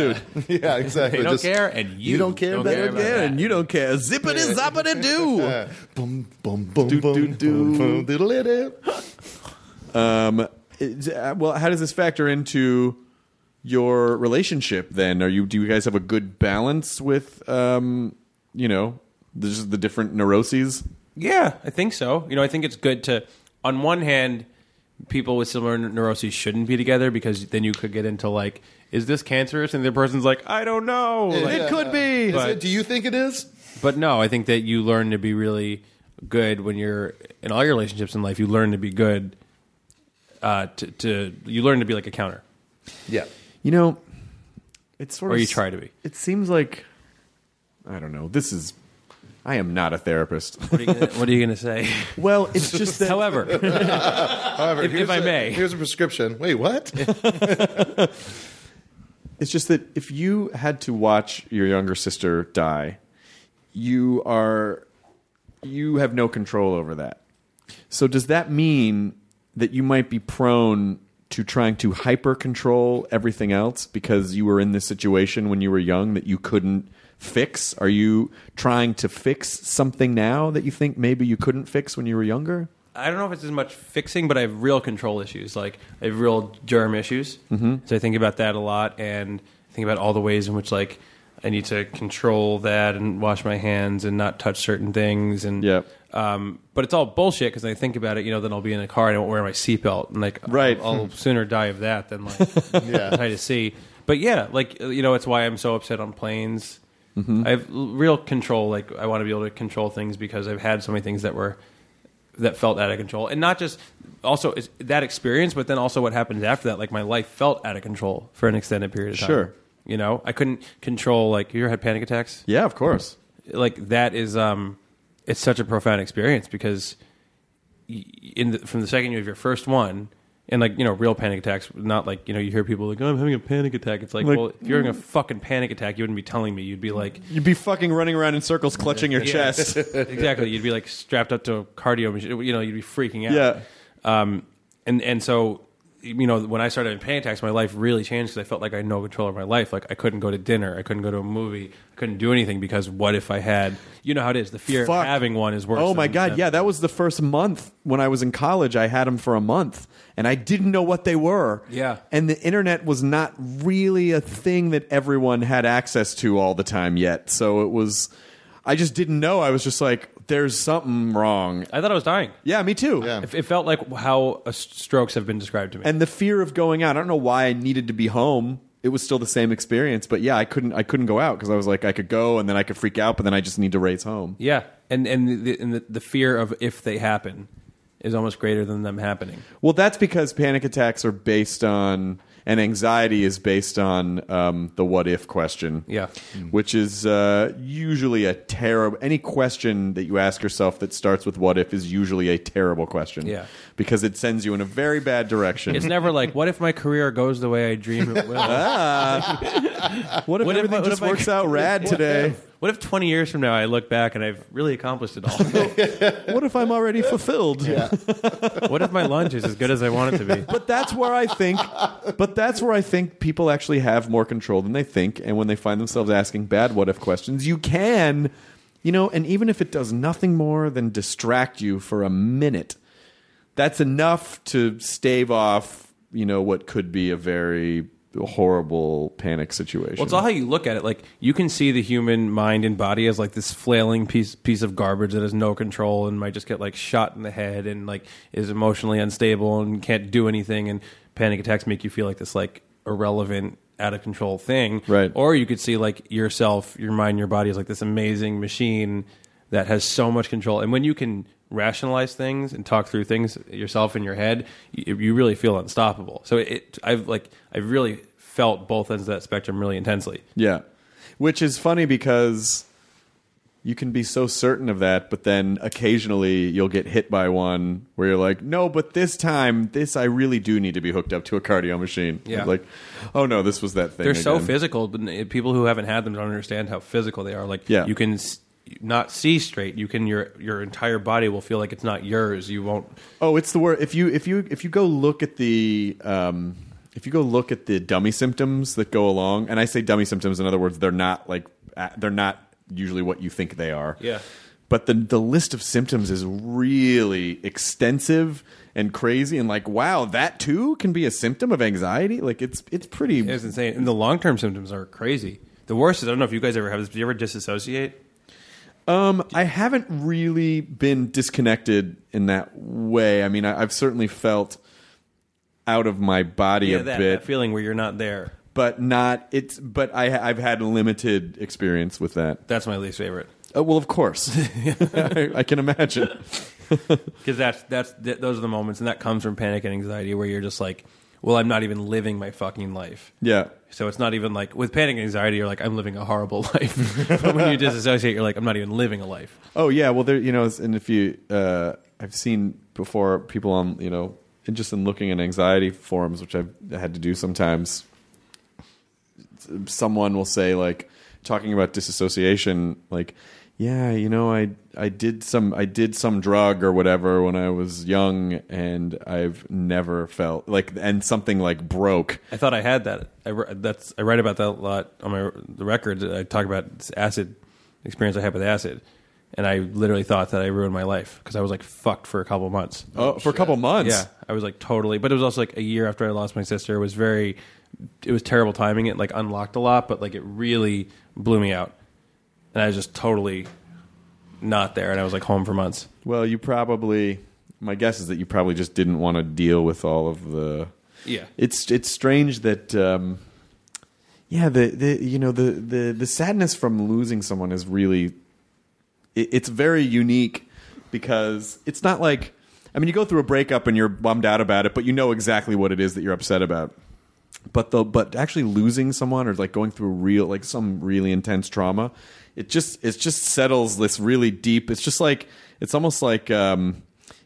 suit.
<laughs> yeah, exactly.
They don't
Just-
care, and you,
don't care about it
about
Yeah,
that.
and you don't care. Zippity zoppity do.
<laughs>
Boom, boom, boom,
Do,
boom,
do, do.
boom, boom, diddle-diddle.
<laughs>
Um, it- uh, well, how does this factor into your relationship? Then, are you do you guys have a good balance with um, you know, the- just the different neuroses?
Yeah, I think so. You know, I think it's good to, on one hand, people with similar n- neuroses shouldn't be together because then you could get into like, is this cancerous? And the person's like, I don't know. Like,
Yeah.
could be.
Is
But-
it- do you think it is?
But no, I think that you learn to be really good when you're in all your relationships in life. You learn to be good. Uh, to, to you learn to be like a counter,
Yeah.
You know, it's sort
or
of
you try to be.
It seems like I don't know. This is I am not a therapist.
What are you gonna, what are you gonna say?
well, it's
<laughs>
just that
However,
However,
If- if
here's
I
a-
may.
here's a prescription. Wait, what? <laughs>
It's just that if you had to watch your younger sister die, you are you have no control over that. So does that mean that you might be prone to trying to hyper control everything else because you were in this situation when you were young that you couldn't fix? Are you trying to fix something now that you think maybe you couldn't fix when you were younger?
I don't know if it's as much fixing, but I have real control issues. Like I have real germ issues. Mm-hmm. So I think about that a lot, and I think about all the ways in which like I need to control that and wash my hands and not touch certain things. And
Yep.
um, but it's all bullshit because I think about it. You know, then I'll be in a car and I won't wear my seatbelt, and like
Right.
I'll, I'll sooner die of that than like <laughs>
Yeah.
try to see. But yeah, like you know, it's why I'm so upset on planes. I have l- real control. Like I want to be able to control things because I've had so many things that were that felt out of control, and not just also it's that experience, but then also what happens after that. Like my life felt out of control for an extended period of time.
Sure.
you know, I couldn't control. Like you ever had panic attacks?
Yeah, of course.
Like that is um, it's such a profound experience because y- in the, from the second you have your first one. And like you know, real panic attacks. Not like you know, you hear people like, "Oh, "I'm having a panic attack." It's like,
Like, mm.
well, if you're having a fucking panic attack, you wouldn't be telling me. You'd be like,
You'd be fucking running around in circles clutching your <laughs>
Yeah.
chest.
exactly. You'd be like strapped up to a cardio machine. You know, you'd be freaking out.
Yeah.
Um, and and so, you know, when I started having panic attacks, my life really changed because I felt like I had no control over my life. Like I couldn't go to dinner. I couldn't go to a movie. I couldn't do anything because what if I had? You know how it is. The fear
Fuck.
of having one is worse.
Oh my
than-
god,
than-
yeah, that was the first month when I was in college. I had them for a month, and I didn't know what they were.
Yeah.
and the internet was not really a thing that everyone had access to all the time yet. So it was, I just didn't know. I was just like, there's something wrong.
I thought I was dying.
Yeah, me too.
Yeah.
It, it felt like how uh, s- strokes have been described to me.
And the fear of going out. I don't know why I needed to be home. It was still the same experience, but yeah, I couldn't. I couldn't go out because I was like, I could go and then I could freak out, but then I just need to race home.
yeah, and and the, and the, the fear of if they happen is almost greater than them happening.
Well, that's because panic attacks are based on, and anxiety is based on um, the what if question. Mm.
Yeah.
Which is uh, usually a terrible, any question that you ask yourself that starts with what if is usually a terrible question.
Yeah.
Because it sends you in a very bad direction.
It's never like, what if my career goes the way I dream it will?
Ah.
<laughs>
what if
What if
everything
my- what
just
if I-
works out rad today?
what if 20 years from now I look back and I've really accomplished it
<laughs>
all?
what if I'm already fulfilled?
what if my lunch is as good as I want it to be?
<laughs> but that's where I think but that's where I think people actually have more control than they think and when they find themselves asking bad what if questions you can you know and even if it does nothing more than distract you for a minute that's enough to stave off you know what could be a very horrible panic situation
Well, it's all how you look at it. Like you can see the human mind and body as like this flailing piece piece of garbage that has no control and might just get like shot in the head and like is emotionally unstable and can't do anything. And panic attacks make you feel like this like irrelevant, out of control thing.
Right.
Or you could see like yourself, your mind, your body is like this amazing machine that has so much control. And when you can rationalize things and talk through things yourself in your head, you, you really feel unstoppable. So it, I've like, I've really felt both ends of that spectrum really intensely.
Yeah. Which is funny because you can be so certain of that, but then occasionally you'll get hit by one where you're like, no, but this time, this I really do need to be hooked up to a cardio machine.
Yeah.
Like, oh no, this was that thing.
They're so
again.
physical, but n- eh, people who haven't had them don't understand how physical they are. Like,
Yeah.
you can s- not see straight. You can your your entire body will feel like it's not yours. You won't.
Oh, it's the word. If you if you if you go look at the um, if you go look at the dummy symptoms that go along, and I say dummy symptoms, in other words, they're not like uh, they're not usually what you think they are.
Yeah.
But the the list of symptoms is really extensive and crazy, and like wow, that too can be a symptom of anxiety. Like it's it's pretty.
It's insane. And the long term symptoms are crazy. The worst is I don't know if you guys ever have this. Do you ever disassociate?
I haven't really been disconnected in that way. I mean, I, I've certainly felt out of my body a
that,
bit.
that feeling where you're not there.
but not it's but I I've had limited experience with that.
That's my least favorite
Uh, well, of course, <laughs> I, I can imagine.
because that's that's th- those are the moments, and that comes from panic and anxiety where you're just like, well, I'm not even living my fucking life.
Yeah,
So it's not even like with panic and anxiety, you're like, I'm living a horrible <laughs> life. but when you disassociate, you're like, I'm not even living a life.
Oh yeah, well there you know, and if you uh, I've seen before people on you know and just in looking at anxiety forums, which I've had to do sometimes. Someone will say like talking about disassociation, like yeah, you know I I did some I did some drug or whatever when I was young, and I've never felt like and something like broke.
I thought I had that. I wr- that's I write about that a lot on my the record. I talk about this acid experience I had with acid, and I literally thought that I ruined my life because I was like fucked for a couple of months.
Oh, for a couple months.
Yeah, I was like totally, but it was also like a year after I lost my sister. It was very, it was terrible timing. It like unlocked a lot, but like it really blew me out, and I was just totally not there. And I was like home for months.
Well, you probably. My guess is that you probably just didn't want to deal with all of the.
Yeah.
It's it's strange that. Um, yeah, the, the you know the, the the sadness from losing someone is really. It, it's very unique, because it's not like. I mean, you go through a breakup and you're bummed out about it, but you know exactly what it is that you're upset about. But the but actually losing someone or like going through real like some really intense trauma, it just it just settles this really deep. It's just like it's almost like um,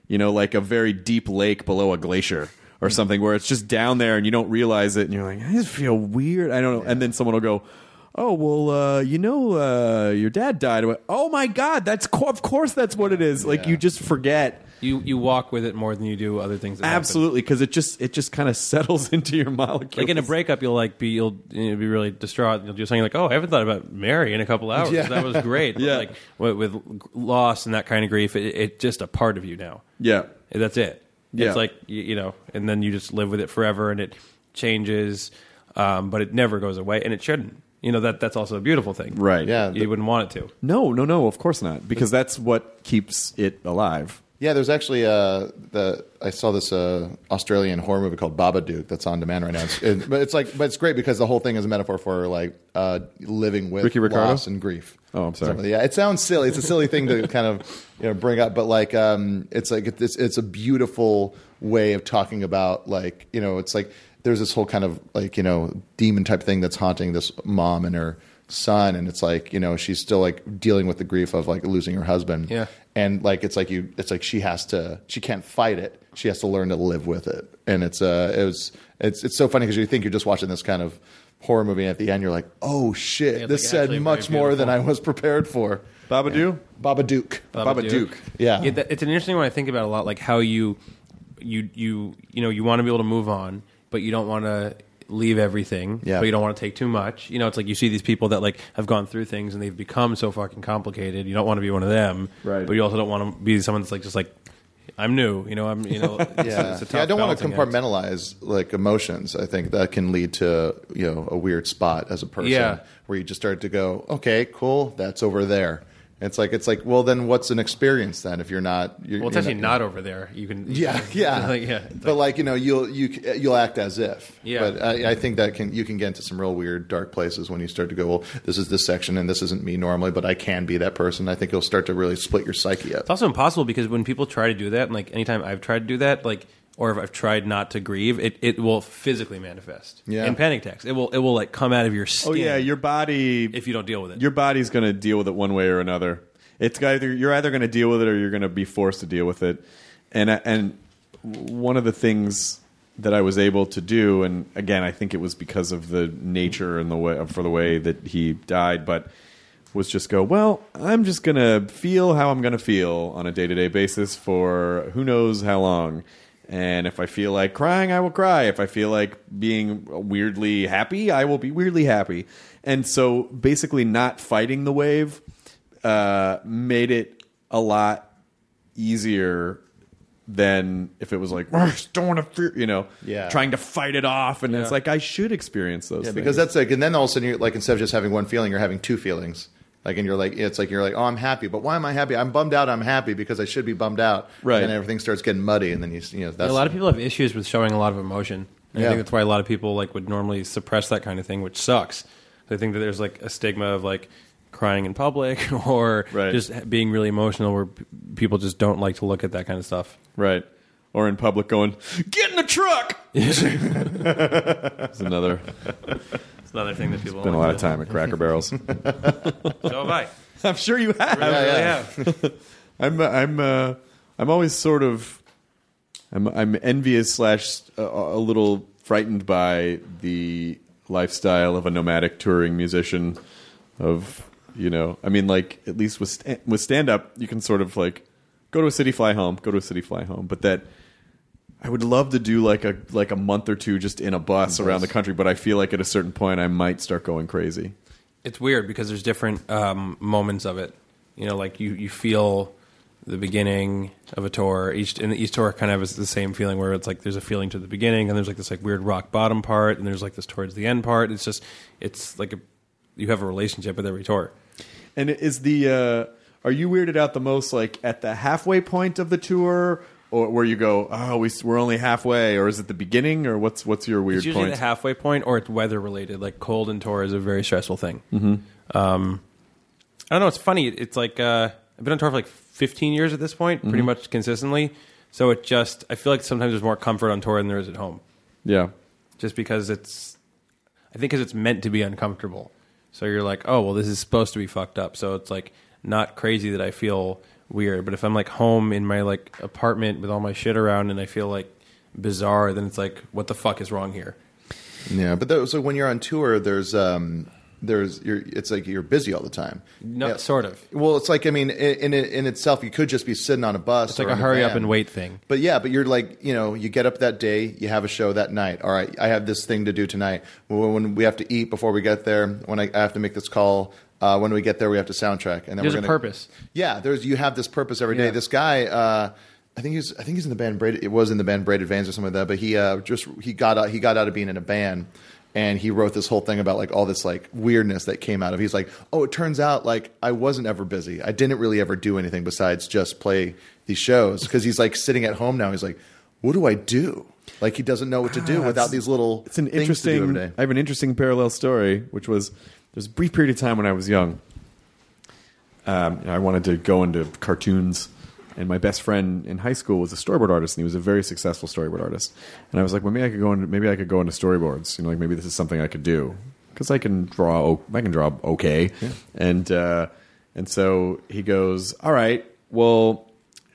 you know like a very deep lake below a glacier or
Mm-hmm.
something where it's just down there and you don't realize it and you're like I just feel weird. I don't know. And then someone will go. Oh well, uh, you know, uh, your dad died. I went, Oh my God, that's co- of course that's what it is. Like you just forget.
You you walk with it more than you do other things. That happen.
Absolutely, because it just it just kind of <laughs> settles into your molecules.
Like in a breakup, you'll like be you'll, you'll be really distraught. and You'll do something like, "Oh, I haven't thought about Mary in a couple hours. That was <laughs> great." But,
Yeah.
Like with, with loss and that kind of grief, it, it's just a part of you now.
Yeah,
That's it.
Yeah.
It's like you, you know, and then you just live with it forever, and it changes, um, but it never goes away, and it shouldn't. You know that that's also a beautiful thing,
Right.
Yeah.
You wouldn't want it to.
No, no, no. Of course not, because that's what keeps it alive.
Yeah, there's actually uh, the I saw this uh, Australian horror movie called Babadook that's on demand right now. It's, it, but it's like, but it's great because the whole thing is a metaphor for like uh, living with
Ricky Ricardo?
loss and grief.
Oh, I'm sorry.
Something- yeah, it sounds silly. It's a silly thing to kind of you know bring up, but like um, it's like it's it's a beautiful way of talking about like you know it's like there's this whole kind of like you know demon type thing that's haunting this mom and her son, and it's like you know she's still like dealing with the grief of like losing her husband
Yeah.
and like it's like you it's like she has to she can't fight it she has to learn to live with it and it's uh it was it's it's so funny because you think you're just watching this kind of horror movie and at the end you're like oh shit
it's,
this
like,
said
actually
much
very
more than i was prepared for
Babadook.
baba duke
Uh,
Babadook.
Yeah.
that- it's an interesting one. I think about a lot, like how you, you, you, you know, you want to be able to move on, but you don't want to leave everything.
Yeah.
But you don't want to take too much. You know, it's like you see these people that like have gone through things and they've become so fucking complicated. You don't want to be one of them,
Right.
But you also don't want to be someone that's like just like, I'm new. You know, I'm you know, it's-
<laughs> yeah.
it's a tough
yeah, I don't want to
balancing act.
compartmentalize like emotions. I think that can lead to you know a weird spot as a person
Yeah.
where you just start to go, okay, cool, that's over there. It's like it's like well, then what's an experience then if you're not? You're,
Well, it's
you're
actually not over there. You can. you <laughs>
Yeah,
can-
yeah,
like, yeah.
But like you know, you'll you c- you'll act as if.
Yeah.
But I, I think that can you can get into some real weird dark places when you start to go. Well, this is this section, and this isn't me normally, but I can be that person. I think you'll start to really split your psyche up.
It's also impossible because when people try to do that, and like anytime I've tried to do that, like or if I've tried not to grieve, it, it will physically manifest
Yeah.
in panic attacks. It will it will like come out of your skin.
Oh yeah, your body.
if you don't deal with it.
your body's going to deal with it one way or another. It's either you're either going to deal with it or you're going to be forced to deal with it. And I- and one of the things that I was able to do, and again, I think it was because of the nature and the way for the way that he died, but was just go well. I'm just going to feel how I'm going to feel on a day to day basis for who knows how long. And if I feel like crying, I will cry. If I feel like being weirdly happy, I will be weirdly happy. And so basically, not fighting the wave uh, made it a lot easier than if it was like, "Ugh, don't want to fear, you know,
Yeah.
trying to fight it off. And it's like, I should experience those
Yeah,
things.
because that's like, and then all of a sudden, you're like, instead of just having one feeling, you're having two feelings. Like, and you're like, it's like you're like, oh, I'm happy, but why am I happy? I'm bummed out. I'm happy because I should be bummed out.
Right.
And then everything starts getting muddy, and then you, s- you know, that's
a lot of people have issues with showing a lot of emotion. And
Yeah.
I think that's why a lot of people like would normally suppress that kind of thing, which sucks. I think that there's like a stigma of like crying in public <laughs> or
Right.
just being really emotional, where p- people just don't like to look at that kind of stuff.
right. Or in public going, get in the truck. <laughs> it's another,
It's another thing that people
been a lot of time at Cracker Barrels.
So have I.
<laughs> I'm sure you have.
yeah.
I'm I'm uh, I'm always sort of I'm I'm envious slash uh, a little frightened by the lifestyle of a nomadic touring musician. Of you know, I mean, like at least with st- with stand up, you can sort of like go to a city, fly home, go to a city, fly home. But that I would love to do like a like a month or two just in a bus around the country. But I feel like at a certain point, I might start going crazy.
it's weird because there's different um, moments of it. You know, like you, you feel the beginning of a tour. Each and each tour kind of has the same feeling where it's like there's a feeling to the beginning, and there's like this like weird rock bottom part, and there's like this towards the end part. It's just it's like a you have a relationship with every tour.
And is the uh, are you weirded out the most like at the halfway point of the tour, or where you go, oh, we, we're only halfway, or is it the beginning, or what's what's your weird
It's usually
point?
the halfway point, or it's weather related. Like cold and tour is a very stressful thing. Mm-hmm. Um, I don't know. It's funny. It's like uh, I've been on tour for like 15 years at this point, pretty much consistently. So it just I feel like sometimes there's more comfort on tour than there is at home,
yeah,
just because it's I think because it's meant to be uncomfortable. So you're like, oh well, this is supposed to be fucked up. So it's like not crazy that I feel weird, but if I'm like home in my like apartment with all my shit around and I feel like bizarre, then it's like, what the fuck is wrong here?
Yeah, but those, so when you're on tour, there's um, there's you're, it's like you're busy all the time.
No,
Yeah.
sort of.
Well, it's like I mean, in in, in itself, you could just be sitting on a bus.
It's like
or
a
in
hurry up
van.
and wait thing.
But yeah, but you're like, you know, you get up that day, you have a show that night. All right, I have this thing to do tonight. When, when we have to eat before we get there, when I, I have to make this call, uh, when we get there, we have to soundtrack, and then
There's
we're
a
gonna,
purpose.
Yeah, there's you have this purpose every day.
Yeah.
This guy, uh, I think he's I think he's in the band braided. It was in the band braided vans or something like that. But he uh, just he got out he got out of being in a band. and he wrote this whole thing about like all this like weirdness that came out of. He's like, oh, it turns out like I wasn't ever busy. I didn't really ever do anything besides just play these shows because he's like sitting at home now. He's like, what do I do? Like he doesn't know what to do
Ah,
without
it's-
these little.
It's an
things to do
interesting.
every day.
I have an interesting parallel story, which was there's a brief period of time when I was young. Um, you know, I wanted to go into cartoons, and my best friend in high school was a storyboard artist, and he was a very successful storyboard artist. And I was like, well, maybe I could go into maybe I could go into storyboards. You know, like maybe this is something I could do because I can draw. o- I can draw okay, and uh, and so he goes, all right, well.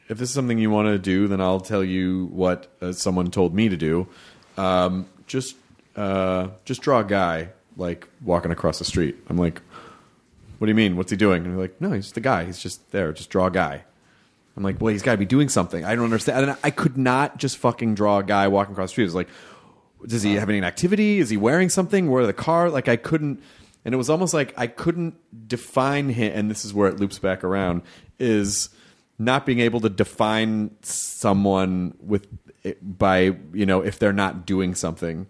If this is something you want to do, then I'll tell you what uh, someone told me to do. Um, just uh, just draw a guy like walking across the street. I'm like, what do you mean? What's he doing? And they're like, no, he's just a guy. He's just there. Just draw a guy. I'm like, well, he's got to be doing something. I don't understand. And I could not just fucking draw a guy walking across the street. It was like, does he have any activity? Is he wearing something? Where the car? Like, I couldn't. And it was almost like I couldn't define him. And this is where it loops back around: is not being able to define someone with by you know if they're not doing something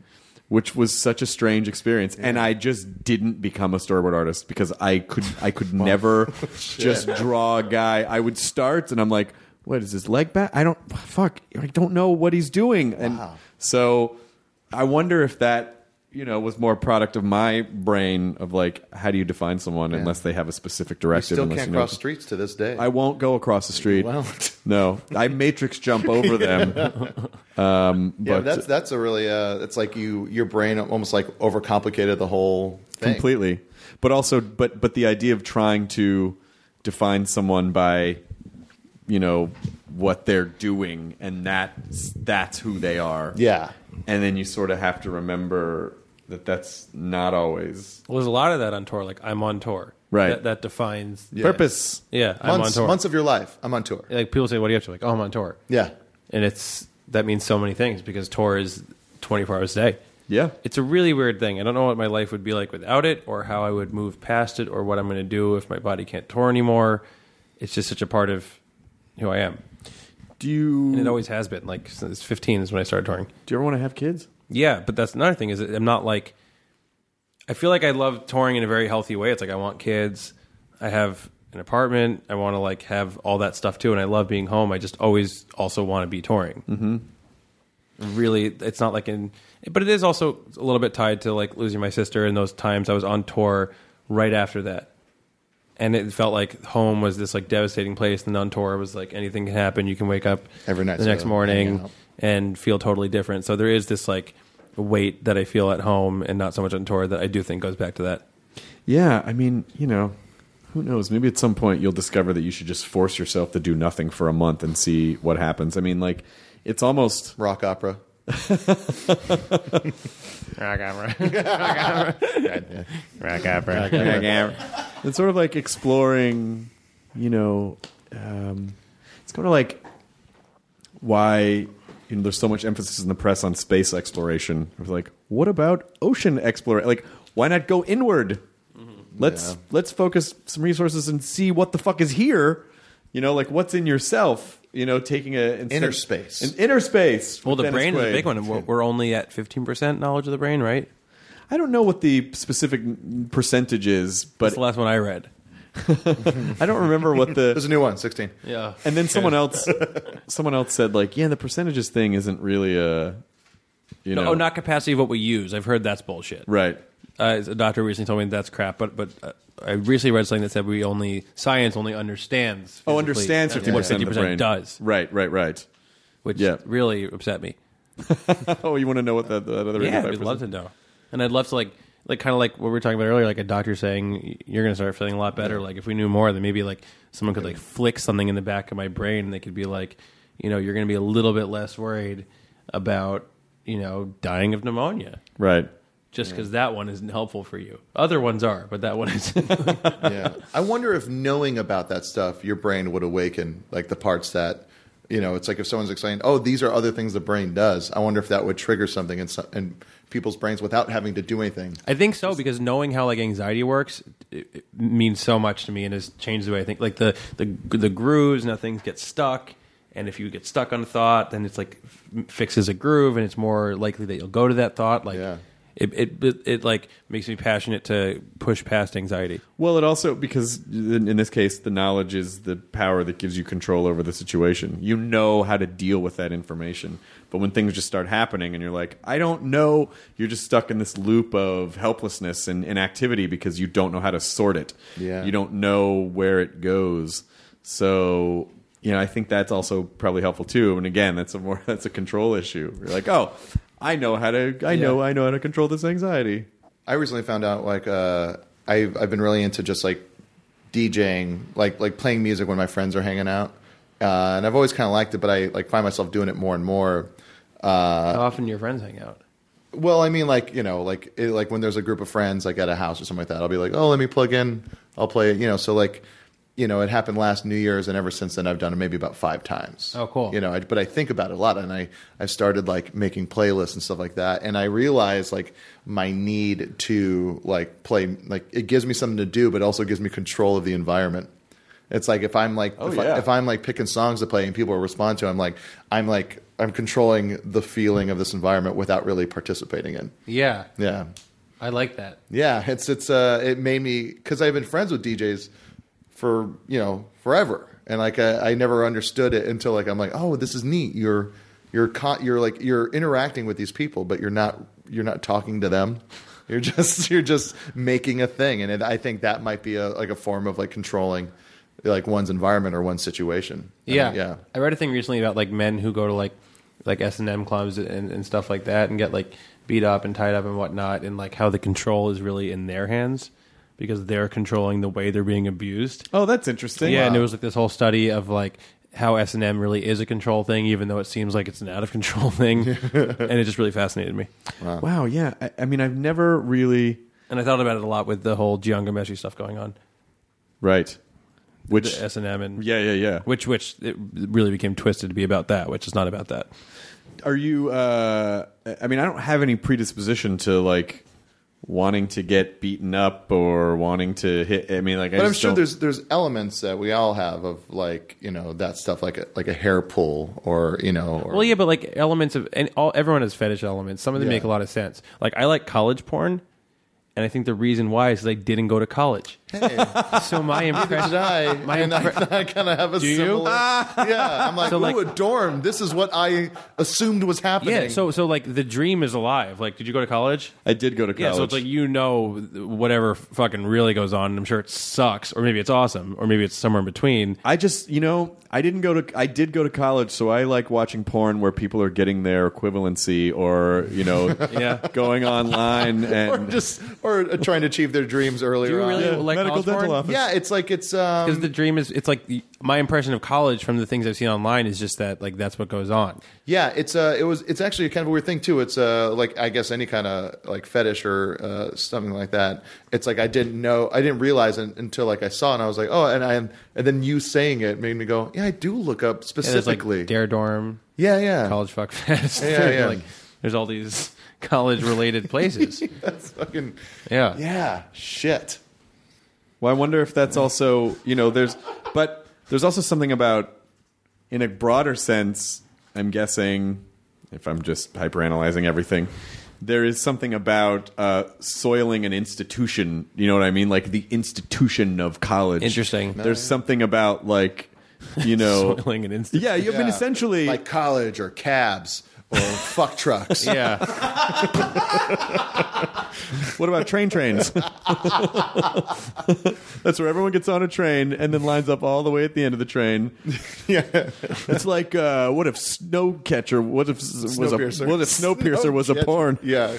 which was such a strange experience and i just didn't become a storyboard artist because i could i could
<laughs>
never just draw a guy i would start and i'm like what is his leg back i don't fuck i don't know what he's doing and so i wonder if that you know was more a product of my brain of like how do you define someone unless they have a specific
You
directive
still
unless
can't
you know
cross streets to this day.
I won't go across the street.
won't.
No, I matrix
<laughs>
jump over them. Um,
yeah,
but
that's that's a really uh, it's like you your brain almost like overcomplicated the whole thing.
completely. But also, but but the idea of trying to define someone by, you know, what they're doing, and that that's who they are.
Yeah.
and then you sort of have to remember that that's not always
Well, there's a lot of that on tour. Like I'm on tour.
Right.
That, that defines. Yeah.
purpose.
I'm on
months,
tour.
months of your life. I'm on tour.
like people say, "What do you have to?" Like, "Oh, I'm on tour."
Yeah.
and it's that means so many things because tour is 24 hours a day.
Yeah,
It's a really weird thing. I don't know what my life would be like without it, or how I would move past it, or what I'm going to do if my body can't tour anymore. It's just such a part of who I am,
do you
Mm.
and it always has been. Like since 15 is when I started touring.
do you ever want to have kids?
Yeah, but that's another thing is that I'm not like I feel like I love touring in a very healthy way. It's like I want kids. I have an apartment. I want to like have all that stuff too and I love being home. I just always also want to be touring. Mhm. Really, it's not like in but it is also a little bit tied to like losing my sister and those times I was on tour right after that. And it felt like home was this like devastating place and on tour was like anything can happen. You can wake up
Every night's
the next
a
morning
hangout.
and feel totally different. So there is this like weight that I feel at home and not so much on tour that I do think goes back to that.
Yeah, I mean, you know, who knows? Maybe at some point you'll discover that you should just force yourself to do nothing for a month and see what happens. I mean, like, it's almost
Rock opera.
it's sort of like exploring, you know, um, it's kind of like why you know, there's so much emphasis in the press on space exploration. It was like, what about ocean exploration? Like, why not go inward?
Mm-hmm.
Let's let's focus some resources and see what the fuck is here. You know, like what's in yourself. You know, taking a instead-
Inner space.
an inner space.
Well,
with
the
Dennis
brain is a
Quaid.
big one. and We're we're only at 15% knowledge of the brain, right?
I don't know what the specific percentage is,
That's
but
the last one I read.
I don't remember what the
<laughs> There's a new one, 16.
Yeah.
And then someone else, someone else said like, "Yeah, the percentages thing isn't really a, you know,
Oh, not capacity of what we use. I've heard that's bullshit.
right."
Uh, a doctor recently told me that's crap, but but uh, I recently read something that said we only science only understands
Oh,
physically
understands fifty
what
percent of the brain
does,
Right, right, right. <laughs>
which
Yeah.
really upset me.
Oh, you want to know what that, that other?
Yeah,
85%
I'd love to know. And I'd love to like like kind of like what we were talking about earlier, like a doctor saying you're going to start feeling a lot better. Like if we knew more, then maybe like someone could like flick something in the back of my brain, and they could be like, you know, you're going to be a little bit less worried about you know dying of pneumonia
Right.
just because that one isn't helpful for you. Other ones are, but that one is.
Yeah. I wonder if knowing about that stuff, your brain would awaken like the parts that, you know, it's like if someone's explaining, oh, these are other things the brain does. I wonder if that would trigger something in, some, in people's brains without having to do anything.
I think so because knowing how like anxiety works it, it means so much to me and has changed the way I think. Like the the the grooves, nothing gets stuck, and if you get stuck on a thought, then it's like f- fixes a groove, and it's more likely that you'll go to that thought. Like
Yeah.
It it it, it like makes me passionate to push past anxiety.
Well, it also because in, in this case, the knowledge is the power that gives you control over the situation. You know how to deal with that information. But when things just start happening, and you're like, I don't know, you're just stuck in this loop of helplessness and inactivity because you don't know how to sort it.
Yeah.
you don't know where it goes. So you know, I think that's also probably helpful too. And again, that's a more <laughs> that's a control issue. You're like, oh, I know how to, I know, I know how to control this anxiety.
I recently found out like uh, I've I've been really into just like DJing, like like playing music when my friends are hanging out, uh, and I've always kind of liked it, but I like find myself doing it more and more.
How often do your friends hang out?
Well, I mean, like you know, like it, like when there's a group of friends, like at a house or something like that, I'll be like, oh, let me plug in, I'll play it, you know. So like, you know, it happened last New Year's, and ever since then, I've done it maybe about five times.
Oh, cool.
You know, I, but I think about it a lot, and I I started like making playlists and stuff like that, and I realized like my need to like play, like it gives me something to do, but also gives me control of the environment. It's like if I'm like if,
yeah.
I, if I'm like picking songs to play and people respond to, I'm like I'm like I'm controlling the feeling of this environment without really participating in.
Yeah,
Yeah,
I like that.
yeah. It's it's uh, it made me because I've been friends with DJs for you know forever, and like I, I never understood it until like I'm like, oh, this is neat. You're you're con- you're like you're interacting with these people, but you're not you're not talking to them. <laughs> You're just you're just making a thing, and it, I think that might be a like a form of like controlling like one's environment or one's situation. I
Yeah,
mean, yeah.
I read a thing recently about like men who go to like like S and M clubs and, and stuff like that and get like beat up and tied up and whatnot, and like how the control is really in their hands because they're controlling the way they're being abused.
Oh, that's interesting.
Yeah, and there was like this whole study of like how S and M really is a control thing, even though it seems like it's an out of <laughs>
<laughs>
control thing, and it just really fascinated me.
Wow, yeah. I, I mean, I've never really
And I thought about it a lot with the whole Giangameshi stuff going on,
right. Which
the S and M, and
yeah, yeah, yeah.
which which it really became twisted to be about that, which is not about that.
Are you? uh I mean, I don't have any predisposition to like wanting to get beaten up or wanting to hit. I mean, like, I
But I'm
just
sure
don't-
there's there's elements that we all have of like you know that stuff like a, like a hair pull or you know or,
Well, yeah, but like elements of and all everyone has fetish elements. Some of them
Yeah.
make a lot of sense. Like I like college porn, and I think the reason why is 'cause I didn't go to college. <laughs> so my
Did
impression.
I?
<laughs> My
and I,
impre-
<laughs> I kind of have a
you? <laughs>
similar. yeah, I'm like,
So,
so
like-
ooh, a dorm. This is what I assumed was happening.
Yeah, so so like the dream is alive. Like, did you go to college?
I did go to college.
Yeah, so it's like you know whatever fucking really goes on. And I'm sure it sucks, or maybe it's awesome, or maybe it's somewhere in between.
I just, you know, I didn't go to. I did go to college, so I like watching porn where people are getting their equivalency, or you know,
Yeah.
going online
<laughs> or
and
just or uh, trying to achieve their dreams earlier.
you really-
on.
like
medical
college
dental
porn?
office.
Yeah, it's like it's
Because
um,
the dream is, it's like the- my impression of college from the things I've seen online is just that, like that's what goes on.
yeah, it's uh, it was it's actually kind of a weird thing too. It's uh, like I guess any kind of like fetish or uh, something like that. It's like I didn't know, I didn't realize un- until like I saw it and I was like, oh, and I and then you saying it made me go, yeah, I do look up
And there's like
specifically.
Dare Dorm,
yeah, yeah,
College Fuck Fest.
Yeah, yeah.
like, there's all these college related places.
<laughs> That's fucking
yeah.
<laughs> yeah, shit.
Well, I wonder if that's also you know there's, but there's also something about, in a broader sense, I'm guessing, if I'm just hyperanalyzing everything, there is something about uh, soiling an institution. You know what I mean? Like the institution of college.
Interesting.
There's something about like, you know,
<laughs> Soiling an instant.
yeah. You've been
Yeah.
essentially
like college or cabs
<laughs>
or fuck trucks.
Yeah.
What about train
<laughs>
trains? That's where everyone gets on a train and then lines up all the way at the end of the
<laughs>
train. yeah, it's like uh, what if Snowcatcher? What if s- was a
Snowpiercer.
what if Snowpiercer was a
Snowpiercer.
porn?
Yeah.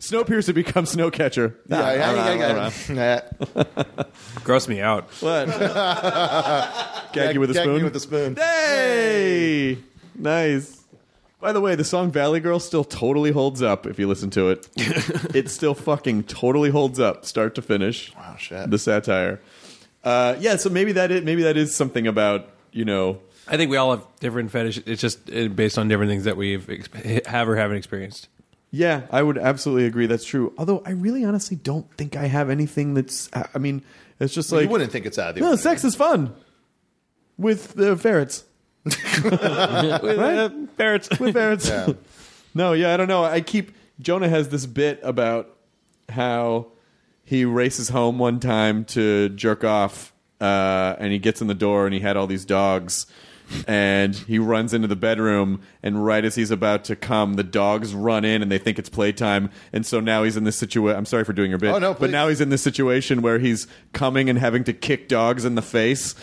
Snowpiercer becomes Snowcatcher.
Yeah,
Ah,
yeah,
ah,
yeah,
ah, ah.
<laughs> yeah.
Gross me out.
What? Gag you with a
Gag me
spoon.
with a spoon.
Hey, nice. By the way, the song Valley Girl still totally holds up if you listen to
<laughs>
it. it still fucking totally holds up, start to finish.
Wow, shit.
The satire. Uh, yeah, so maybe that is, maybe that is something about you know.
I think we all have different fetish. It's just uh, based on different things that we've ex- have or haven't experienced.
Yeah, I would absolutely agree. That's true. Although I really honestly don't think I have anything that's. I I mean, it's just like
you wouldn't think it's out of the
no,
ordinary.
sex is fun with the
<laughs>
ferrets.
Parrots.
<laughs> with ferrets. No, yeah, I don't know. I keep Jonah has this bit about how he races home one time to jerk off, uh, and he gets in the door, and he had all these dogs. And he runs into the bedroom, and right as he's about to come, the dogs run in, and they think it's playtime. And so now he's in this situation. I'm sorry for doing your bit,
Oh, no,
but
please.
now he's in this situation where he's coming and having to kick dogs in the face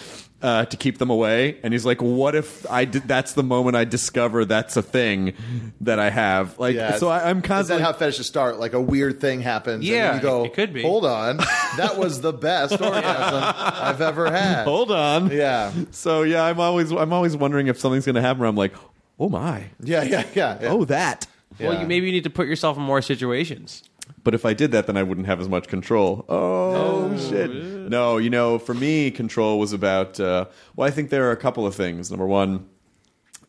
uh, to keep them away, and he's like, "What if I did?" That's the moment I discover that's a thing that I have. Like,
Yeah,
so I, I'm
Is that
constantly
how fetishes start? Like a weird thing happens.
Yeah,
and you go.
it could be.
Hold on, that was
<laughs>
the best orgasm I've ever had.
hold on.
Yeah,
So yeah, I'm always I'm always wondering if something's gonna happen. Where I'm like, "Oh my,
yeah, yeah, yeah. yeah.
oh that."
Well,
Yeah.
you maybe you need to put yourself in more situations.
But if I did that, then I wouldn't have as much control. Oh, shit! No, you know, for me, control was about. Uh, well, I think there are a couple of things. Number one,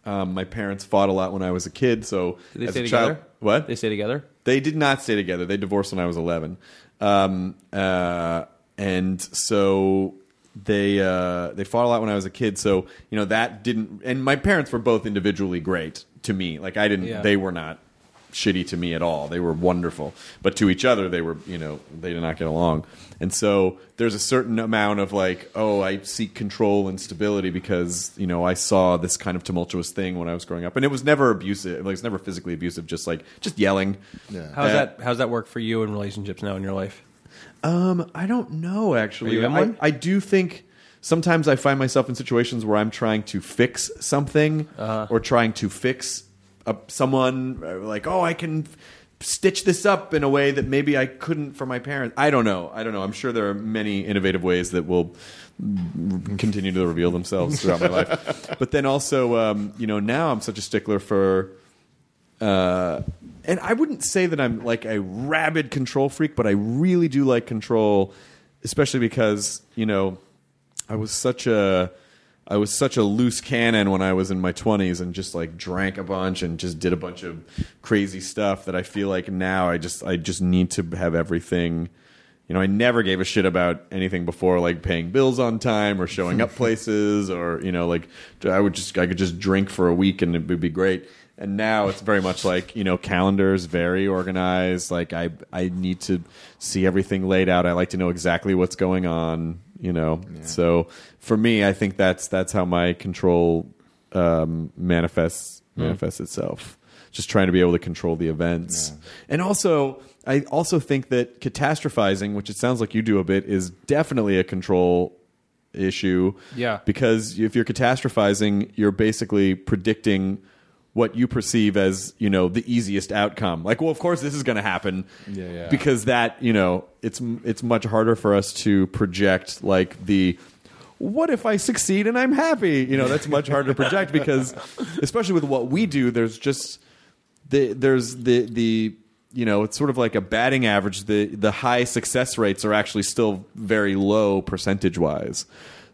um, my parents fought a lot when I was a kid, so
Did they
as
stay
a
together?
child, what
They stay together?
They did not stay together. They divorced when I was 11. Um, uh, and so they uh, they fought a lot when I was a kid. So you know that didn't. And my parents were both individually great to me. Like I didn't.
Yeah.
They were not shitty to me at all. They were wonderful. But to each other, they were you know they did not get along. And so there's a certain amount of like, oh, I seek control and stability because you know I saw this kind of tumultuous thing when I was growing up, and it was never abusive. Like it was never physically abusive. Just like just yelling.
How's
Uh,
that? How's that work for you in relationships now in your life?
Um, I don't know actually.
Are you in
I,
one?
I do think sometimes I find myself in situations where I'm trying to fix something
Uh-huh.
or trying to fix a, someone uh, like, oh, I can stitch this up in a way that maybe I couldn't for my parents. I don't know. I don't know. I'm sure there are many innovative ways that will continue to reveal themselves throughout my
<laughs>
life. But then also, um, you know, now I'm such a stickler for uh, and I wouldn't say that I'm like a rabid control freak, but I really do like control, especially because you know I was such a I was such a loose cannon when I was in my 20s and just like drank a bunch and just did a bunch of crazy stuff that I feel like now I just I just need to have everything you know, I never gave a shit about anything before, like paying bills on time or showing up places, or you know, like I would just I could just drink for a week and it would be great. And now it's very much like you know, calendars very organized. Like I I need to see everything laid out. I like to know exactly what's going on. You know, so for me, I think that's that's how my control um, manifests manifests itself. Just trying to be able to control the events, and also I also think that catastrophizing, which it sounds like you do a bit, is definitely a control issue.
Yeah.
because if you're catastrophizing, you're basically predicting what you perceive as you know the easiest outcome. Like, well, of course this is going to happen.
Yeah, yeah.
Because that you know it's it's much harder for us to project like the what if I succeed and I'm happy? You know, that's much harder to project because, especially with what we do, there's just the there's the the you know it's sort of like a batting average. The the high success rates are actually still very low percentage wise.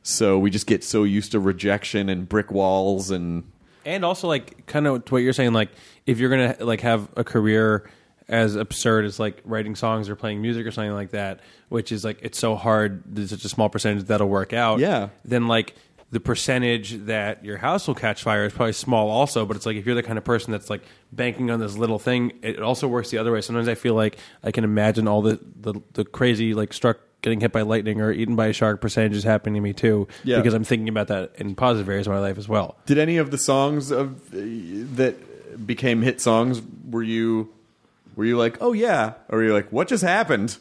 So we just get so used to rejection and brick walls and
And also, like, kind of to what you're saying, like, if you're gonna like have a career as absurd as like writing songs or playing music or something like that, which is like it's so hard. There's such a small percentage that'll work out.
Yeah.
Then like the percentage that your house will catch fire is probably small also but it's like if you're the kind of person that's like banking on this little thing it also works the other way sometimes i feel like i can imagine all the the, the crazy like struck getting hit by lightning or eaten by a shark percentages happening to me too
Yeah.
because i'm thinking about that in positive areas of my life as well
Did any of the songs of that became hit songs were you were you like oh yeah or were you like what just happened?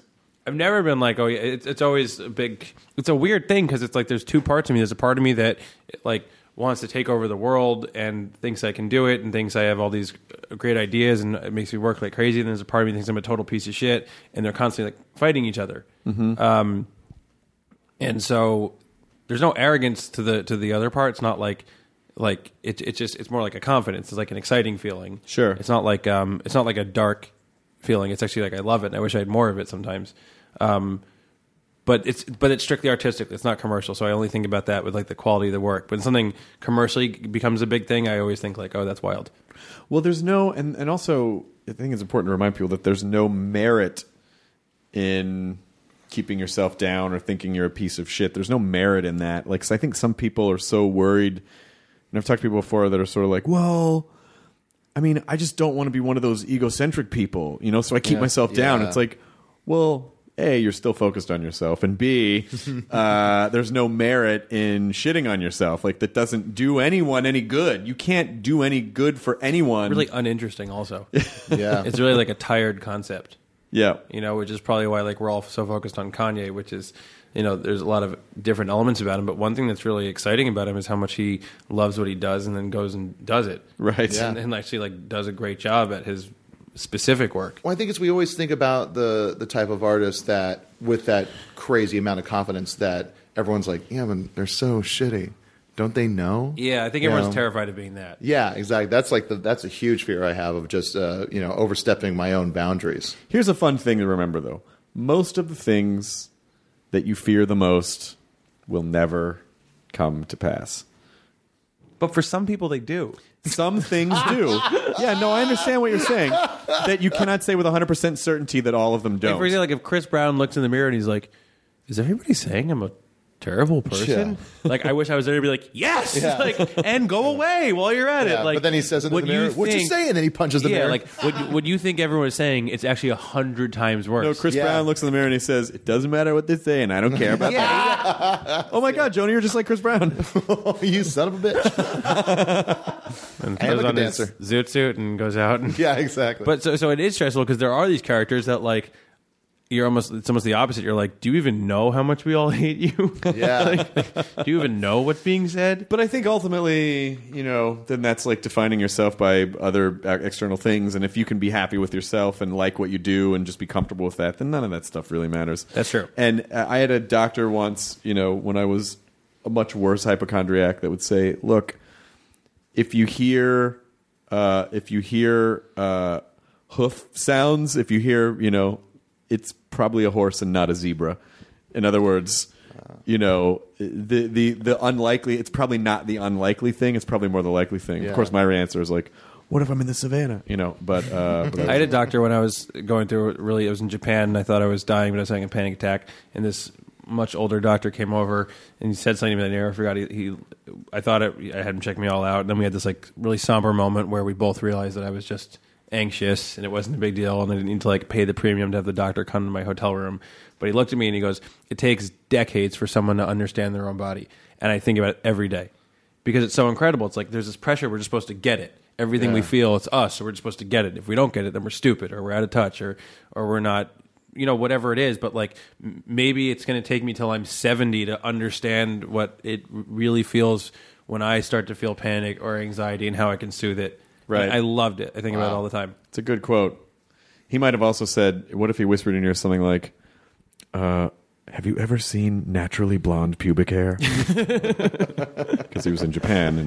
I've never been like, oh yeah, it's, it's always a big. It's a weird thing because it's like there's two parts of me. There's a part of me that like wants to take over the world and thinks I can do it and thinks I have all these great ideas and it makes me work like crazy. And there's a part of me that thinks I'm a total piece of shit and they're constantly like fighting each other. Um, and so there's no arrogance to the to the other part. It's not like like it, it's just it's more like a confidence. It's like an exciting feeling.
Sure.
It's not like um it's not like a dark feeling. It's actually like I love it and I wish I had more of it sometimes. Um but it's but it's strictly artistic. It's not commercial. So I only think about that with like the quality of the work. When something commercially becomes a big thing, I always think like, oh, that's wild.
Well, there's no and and also I think it's important to remind people that there's no merit in keeping yourself down or thinking you're a piece of shit. There's no merit in that. Like 'cause I think some people are so worried, and I've talked to people before that are sort of like, well. I mean, I just don't want to be one of those egocentric people, you know. So I keep
Yeah.
myself down.
Yeah.
It's like, well, a, you're still focused on yourself, and
<laughs>
b, uh, there's no merit in shitting on yourself. Like that doesn't do anyone any good. You can't do any good for anyone.
really uninteresting. Also,
Yeah.
it's really like a tired concept.
yeah.
you know, which is probably why like we're all so focused on Kanye, which is, you know, there's a lot of different elements about him, but one thing that's really exciting about him is how much he loves what he does and then goes and does it,
Right.
Yeah.
And, and actually like does a great job at his specific work.
Well, I think it's we always think about the the type of artist that with that crazy amount of confidence that everyone's like, yeah, but they're so shitty. Don't they know?
Yeah, I think
You
everyone's
know?
terrified of being that.
Yeah, exactly. That's like the, that's a huge fear I have of just uh, you know overstepping my own boundaries.
Here's a fun thing to remember, though. Most of the things that you fear the most will never come to pass.
But for some people, they do.
Some things
<laughs>
do. Yeah, no, I understand what you're saying. That you cannot say with 100% certainty that all of them
Like,
don't.
for example, like if Chris Brown looks in the mirror and he's like, "Is everybody saying I'm a terrible person?" Like I wish I was there to be like, "Yes," <laughs> like and go away while you're at
Yeah,
it. Like,
but then he says in the
what
mirror, "What you
think-
say?" And then he punches the
yeah,
mirror.
like what, what you think everyone is saying, it's actually a hundred times worse.
No, Chris
Yeah.
Brown looks in the mirror and he says, It doesn't matter what they say, and I don't care about that. oh my God, Joni, you're just like Chris Brown.
oh, <laughs> you son of a
<laughs>
bitch.
and
And
throws
like
on
a
his
dancer.
zoot suit and goes out.
<laughs>
And,
yeah, exactly.
But so, so it is stressful because there are these characters that like you're almost it's almost the opposite. You're like, do you even know how much we all <laughs> hate you?
Yeah.
<laughs> Like, do you even know what's being said?
But I think ultimately, you know, then that's like defining yourself by other uh, external things. And if you can be happy with yourself and like what you do and just be comfortable with that, then none of that stuff really matters.
That's true.
And uh, I had a doctor once, you know, when I was a much worse hypochondriac, that would say, "Look, if you hear, uh, if you hear uh, hoof sounds, if you hear, you know, it's probably a horse and not a zebra." In other words. You know the the the unlikely. It's probably not the unlikely thing. It's probably more the likely thing. Of
Yeah.
course, my answer is like, "What if I'm in the savannah?" You know, but, uh, but
I had a doctor when I was going through. Really, I was in Japan and I thought I was dying, but I was having a panic attack. And this much older doctor came over and he said something to me. that I never forgot. He, he I thought it, I had him check me all out. And then we had this like really somber moment where we both realized that I was just anxious and it wasn't a big deal, and I didn't need to like pay the premium to have the doctor come to my hotel room. But he looked at me and he goes, "It takes decades for someone to understand their own body," and I think about it every day because it's so incredible. It's like there's this pressure. We're just supposed to get it. Everything we feel, it's us. So we're just supposed to get it. If we don't get it, then we're stupid or we're out of touch or or we're not, you know, whatever it is. But like m- maybe it's going to take me till I'm 70 to understand what it r- really feels when I start to feel panic or anxiety and how I can soothe it.
Right.
I loved it. I think about it all the time.
It's a good quote. He might have also said, "What if he whispered in your ear something like, uh, "Have you ever seen naturally blonde pubic hair?" <laughs> Because he was in Japan,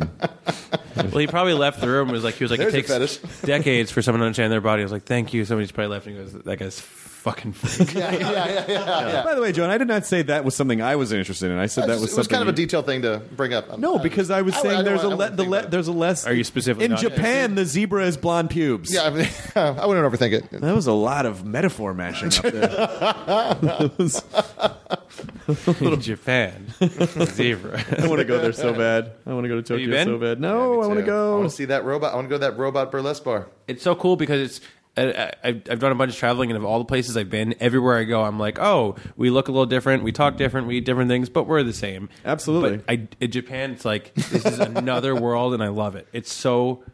and
Well, he probably left the room. and Was like he was like
There's a
it takes
fetish.
<laughs> decades for someone to understand their body. I was like, thank you. Somebody's probably left and he goes, that guy's fucking freak. <laughs>
<laughs> yeah, yeah, yeah, yeah, yeah.
by the way, John, I did not say that was something I was interested in. I said <laughs> that
it
was
was
something
kind of a
you-
detail thing to bring up. I'm-
No, because I was
I- I
saying
don't
there's
want- I
a le-
wouldn't
the
think
le-
about it.
there's a less.
Are you specifically
in
not-
Japan? The zebra is blonde pubes.
Yeah, <laughs> I, mean, <laughs> I wouldn't overthink it.
That was a lot of metaphor mashing up there.
in Japan.
<laughs>
Zebra.
I want to go there so bad. I want to go to
you
Tokyo
been?
so bad. No, I want to
I
go.
want to see that robot. I want to go to that robot burlesque bar.
It's so cool because it's. I, I, I've I've done a bunch of traveling, and of all the places I've been, everywhere I go, I'm like, oh, we look a little different, we talk different, we eat different things, but we're the same.
Absolutely.
But I, in Japan, it's like this is another <laughs> world, and I love it. It's so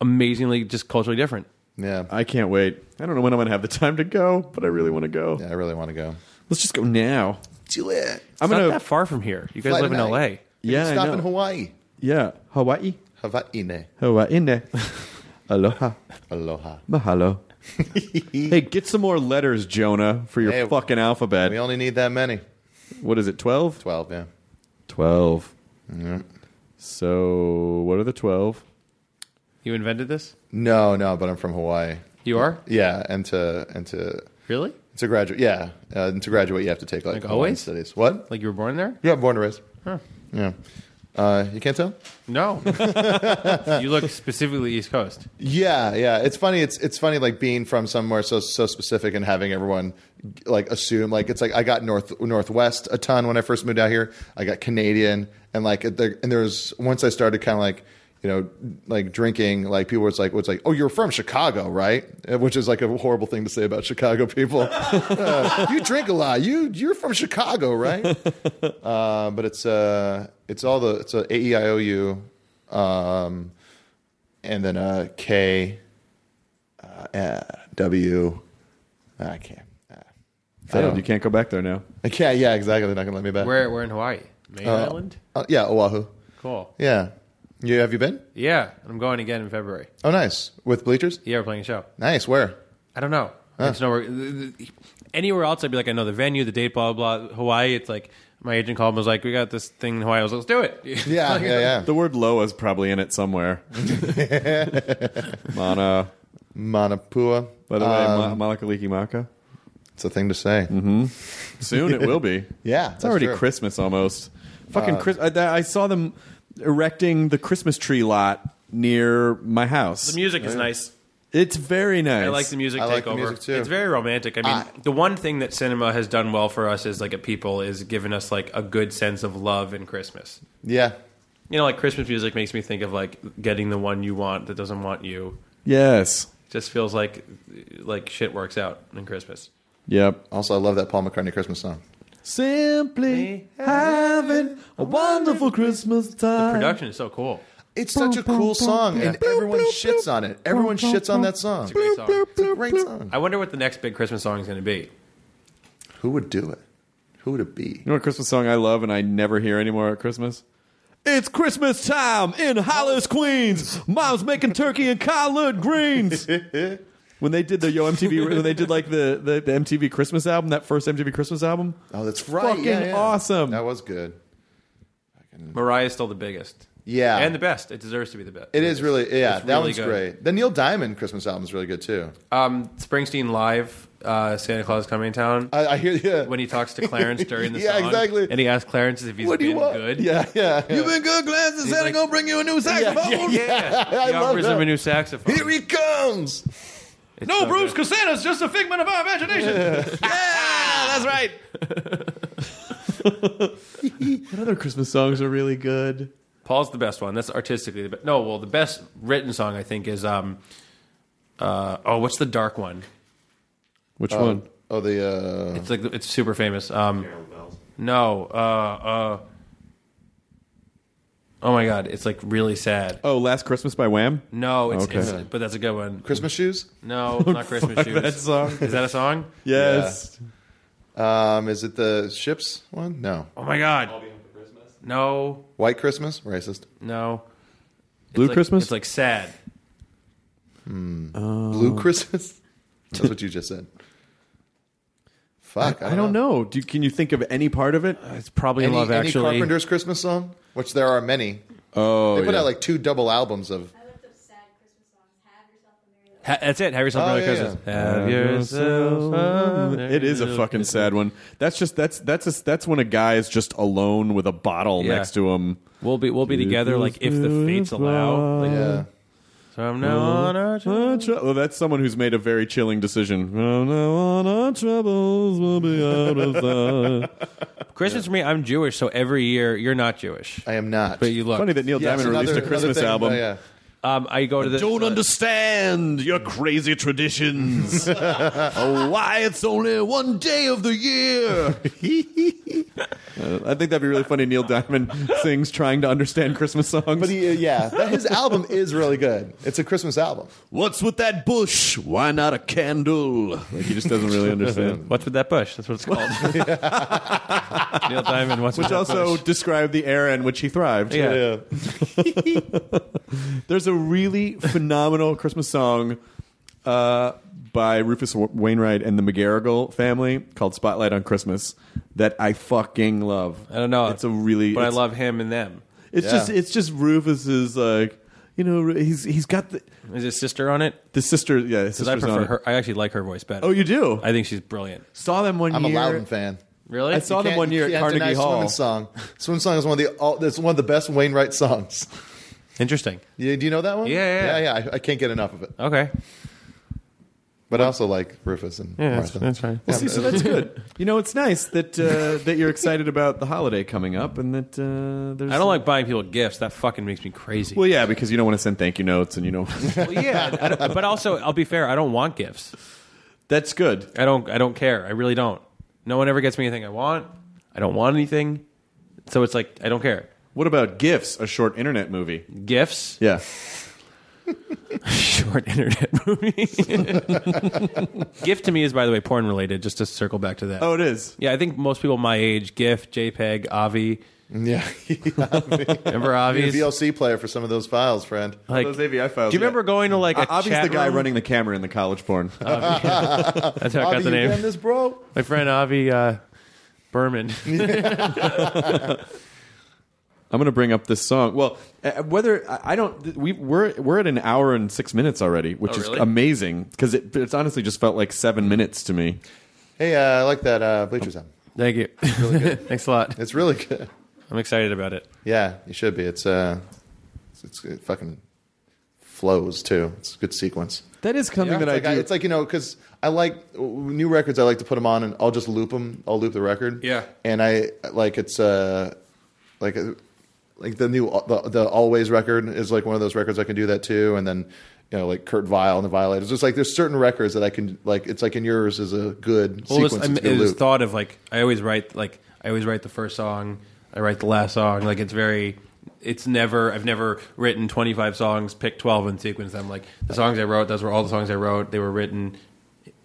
amazingly just culturally different.
Yeah,
I can't wait. I don't know when I'm gonna have the time to go, but I really want to go.
yeah, I really want to go.
Let's just go now.
Do it.
I'm
It's not
gonna
that far from here. You guys
Fly
live in
tonight.
L.A.
yeah, I
Stop
know.
in Hawaii.
Yeah, Hawaii,
Hawaii. ne.
Hawaii,
<laughs>
ne. aloha,
Aloha. <laughs>
mahalo. hey, get some more letters, Jonah, for your
Hey,
fucking alphabet.
We only need that many.
what is it? Twelve.
Twelve. Yeah.
Twelve. So what are the twelve?
You invented this?
No, no, but I'm from Hawaii.
You are
Yeah, and to and to
really
to graduate. Yeah, uh, and to graduate, you have to take like,
Like
Hawaiian
always?
studies. What?
like you were born there?
Yeah, born and raised. Yeah. Uh, you can't tell?
<laughs>
No, you look specifically East Coast.
Yeah, yeah. It's funny. It's it's funny like being from somewhere so so specific and having everyone like assume like it's like I got north northwest a ton when I first moved out here. I got Canadian and like at the, and there's once I started kind of like you know, like drinking, like people were it's like, it's like, oh, you're from Chicago, right? Uh, Which is like a horrible thing to say about Chicago people. Uh, you drink a lot. You you're from Chicago, right? Uh, but it's uh, it's all the it's a A E I O U, um, and then a K, uh, uh, W. I can't. Uh, I
Failed.
don't.
You can't go back there now.
I can't. Yeah, exactly. They're not gonna let me back.
We're, we're in Hawaii, Main
Oh.
Island.
Uh, yeah, Oahu.
Cool.
Yeah. You have you been?
Yeah, I'm going again in February.
Oh, nice. With bleachers?
Yeah, we're playing a show.
<laughs>
Nice. Where?
I don't know. It's nowhere. Anywhere else, I'd be like, I know the venue, the date, blah blah. blah. Hawaii, it's like my agent called and was like, we got this thing in Hawaii. I was like, let's do it. <laughs>
Yeah, yeah, yeah.
The word Loa is probably in it
<laughs>
somewhere. Mana.
Manapua.
By the way,
Um,
Ma- Malakaliki Maka.
it's a thing to say.
Soon it will be.
<laughs> Yeah,
Mm-hmm. It's
that's
already
true. Uh,
Christmas almost. Fucking Chris. I, I saw them erecting the Christmas tree lot near my house.
the music is nice.
It's very nice.
I like the music
I
takeover.
like the music, too.
It's very romantic. I mean,
I-
the one thing that cinema has done well for us is like a people is given us like a good sense of love and Christmas.
Yeah.
You know, like Christmas music makes me think of like getting the one you want that doesn't want you.
Yes.
Just feels like like shit works out in Christmas.
Yep.
Also, I love that Paul McCartney Christmas song.
Simply having a wonderful Christmas time.
Production is so cool.
It's such a cool song, and everyone shits on it. Everyone shits on that song.
Great song.
Great song.
I wonder what the next big Christmas song is going to be.
Who would do it? Who would it be?
You know what Christmas song I love and I never hear anymore at Christmas? It's Christmas time in Hollis, Queens. Mom's making turkey and collard greens. when they did the Yo MTV, when they did like the, the, the MTV Christmas album, that first MTV Christmas album,
Oh, that's right.
Fucking
Yeah, yeah.
awesome.
That was good.
Mariah's still the biggest.
Yeah.
And the best. It deserves to be the best.
It is really, yeah,
It's
that
really
one's
good.
great. The Neil Diamond Christmas album is really good, too.
Um, Springsteen Live, uh, Santa Claus Coming to Town.
I, I hear, yeah.
when he talks to
<laughs>
Clarence during the
Yeah,
song.
exactly.
And he asks Clarence if he's
what do
been
you want?
good.
Yeah, yeah. yeah.
You've been good, glasses. Santa
like-
gonna bring you a
<laughs>
new saxophone.
<laughs>
Yeah.
I
He
love
offers him
that.
a new saxophone.
Here he comes.
It's
No,
so
Bruce
good.
Casano's just a figment of our
<laughs>
imagination. yeah, that's right. what other Christmas songs are really good?
Paul's the best one. That's artistically the best. No, well, the best written song, I think, is. um, uh, Oh, what's the dark one?
Which one?
Oh, the, uh,
It's like it's super famous. Um,
Carol Bells.
no, uh, uh, oh my god, it's like really sad.
Oh, Last Christmas by Wham.
No, it's,
Okay.
it's but that's a good one.
Christmas shoes?
<laughs>
No, it's not Christmas shoes.
That song.
Is that a song?
Yes.
Um, is it the ships one? No.
Oh my god,
Being for Christmas.
no,
White Christmas? Racist.
no. It's
Blue
like-
Christmas?
It's like sad. <laughs>
Blue Christmas? That's what you just said. Fuck. I don't,
I don't know. Do you, can you think of any part of it?
It's probably
Any,
Love
any
Actually.
Carpenter's Christmas song? Which there are many.
Oh,
They put out like two double albums of.
I looked up sad Christmas songs. Have yourself a merry little.
Ha- that's it. Have yourself
Oh,
another
yeah,
Christmas. Have
it is a fucking sad one. That's just that's that's a, that's when a guy is just alone with a bottle
Yeah.
next to him.
We'll be we'll be together like if the fates allow. Like,
Yeah.
From now on, our
Uh,
child-
tr- well, that's someone who's made a very chilling decision. From now on, our troubles will be out of sight.
Christmas for me. I'm Jewish, so every year you're not Jewish,
I am not.
but you look.
Funny that Neil
Yeah, it's
Diamond released
another-
a Christmas
another thing,
album.
but yeah.
um, I go to the
Don't understand your crazy
<laughs>
traditions. Oh, Why it's only one day of the
<laughs>
year. Uh, I think that'd be really funny. Neil Diamond sings trying to understand Christmas songs.
But he, uh, yeah, that- his album is really good. It's a Christmas album.
What's with that bush? Why not a candle? Like he just doesn't really <laughs> understand.
What's with that bush? That's what it's
<laughs>
called. <laughs> Neil Diamond. What's
Which
with that
also
bush?
described the era in which he thrived.
Yeah.
There's a really phenomenal Christmas song uh, by Rufus Wa- Wainwright and the McGarrigle family called Spotlight on Christmas that I fucking love.
I don't know.
It's a really
But I
it's-
love him and them.
It's
Yeah.
just it's just Rufus's like you know he's he's got the
Is his sister on it?
the sister yeah his
Because I
sister's on
prefer
it.
her. I actually like her voice better.
Oh, you do.
I think she's brilliant.
saw them one
I'm
year.
a Loudon fan.
Really?
I saw
You
them
can't-
one year at
Can't
Carnegie
deny
Hall.
Swim song. Swim song is one of the all, it's one of the best Wainwright songs.
Interesting.
You, do you know that one?
Yeah, yeah, yeah.
yeah. I, I can't get enough of it.
Okay.
But I also like Rufus and
Yeah, that's,
Martha.
that's fine.
Well, see, so that's
<laughs>
good. You know, it's nice that uh, that you're excited about the holiday coming up, and that uh, there's.
I don't like buying people gifts. That fucking makes me crazy.
Well, yeah, because you don't want to send thank you notes, and you
<laughs>
know
Well, yeah, I don't- but also I'll be fair. I don't want gifts.
<laughs> that's good.
I don't. I don't care. I really don't. No one ever gets me anything I want. I don't want anything. So it's like I don't care.
What about gifts? A short internet movie.
Gifts,
Yeah, <laughs>
short internet movie. <laughs> gift to me is, by the way, porn related. Just to circle back to that.
Oh, it is.
yeah. I think most people my age, GIF, JPEG, Avi.
Yeah. <laughs>
<laughs>
Remember
Be a
Avi's?
VLC player for some of those files, friend.
like,
Those AVI files.
do you remember going to like a
Obviously,
chat
the guy
room? Oh.
running the camera in the college
<laughs>
porn.
That's how I got
Bobby,
the
you
name.
done this, bro?
My friend Avi uh,
<laughs>
Berman.
I'm going to bring up this song. Well, uh, whether I I don't, th- we we're we're at an hour and six minutes already, which
Oh, really?
is amazing because it, it's honestly just felt like seven minutes to me.
Hey, uh, I like that uh, Bleachers album.
Thank you. <laughs> Thanks a lot.
It's really good. <laughs>
I'm excited about it.
Yeah, you should be. It's uh, it's, it's it fucking flows too. It's a good sequence.
That is something
it's
that
like
I do.
it's like you know because I like new records. I like to put them on and I'll just loop them. I'll loop the record.
Yeah.
and I like it's uh like uh, like the new the, the always record is like one of those records I can do that too. And then you know like Kurt Vile and the Violators. It's like there's certain records that I can like. It's like in yours is a good
Well, it was,
sequence.
I mean,
it's a good
it was
loop.
thought of like I always write like I always write the first song, I write the last song. Like it's very, it's never I've never written twenty five songs, picked twelve in sequence. I'm like the songs I wrote. Those were all the songs I wrote. They were written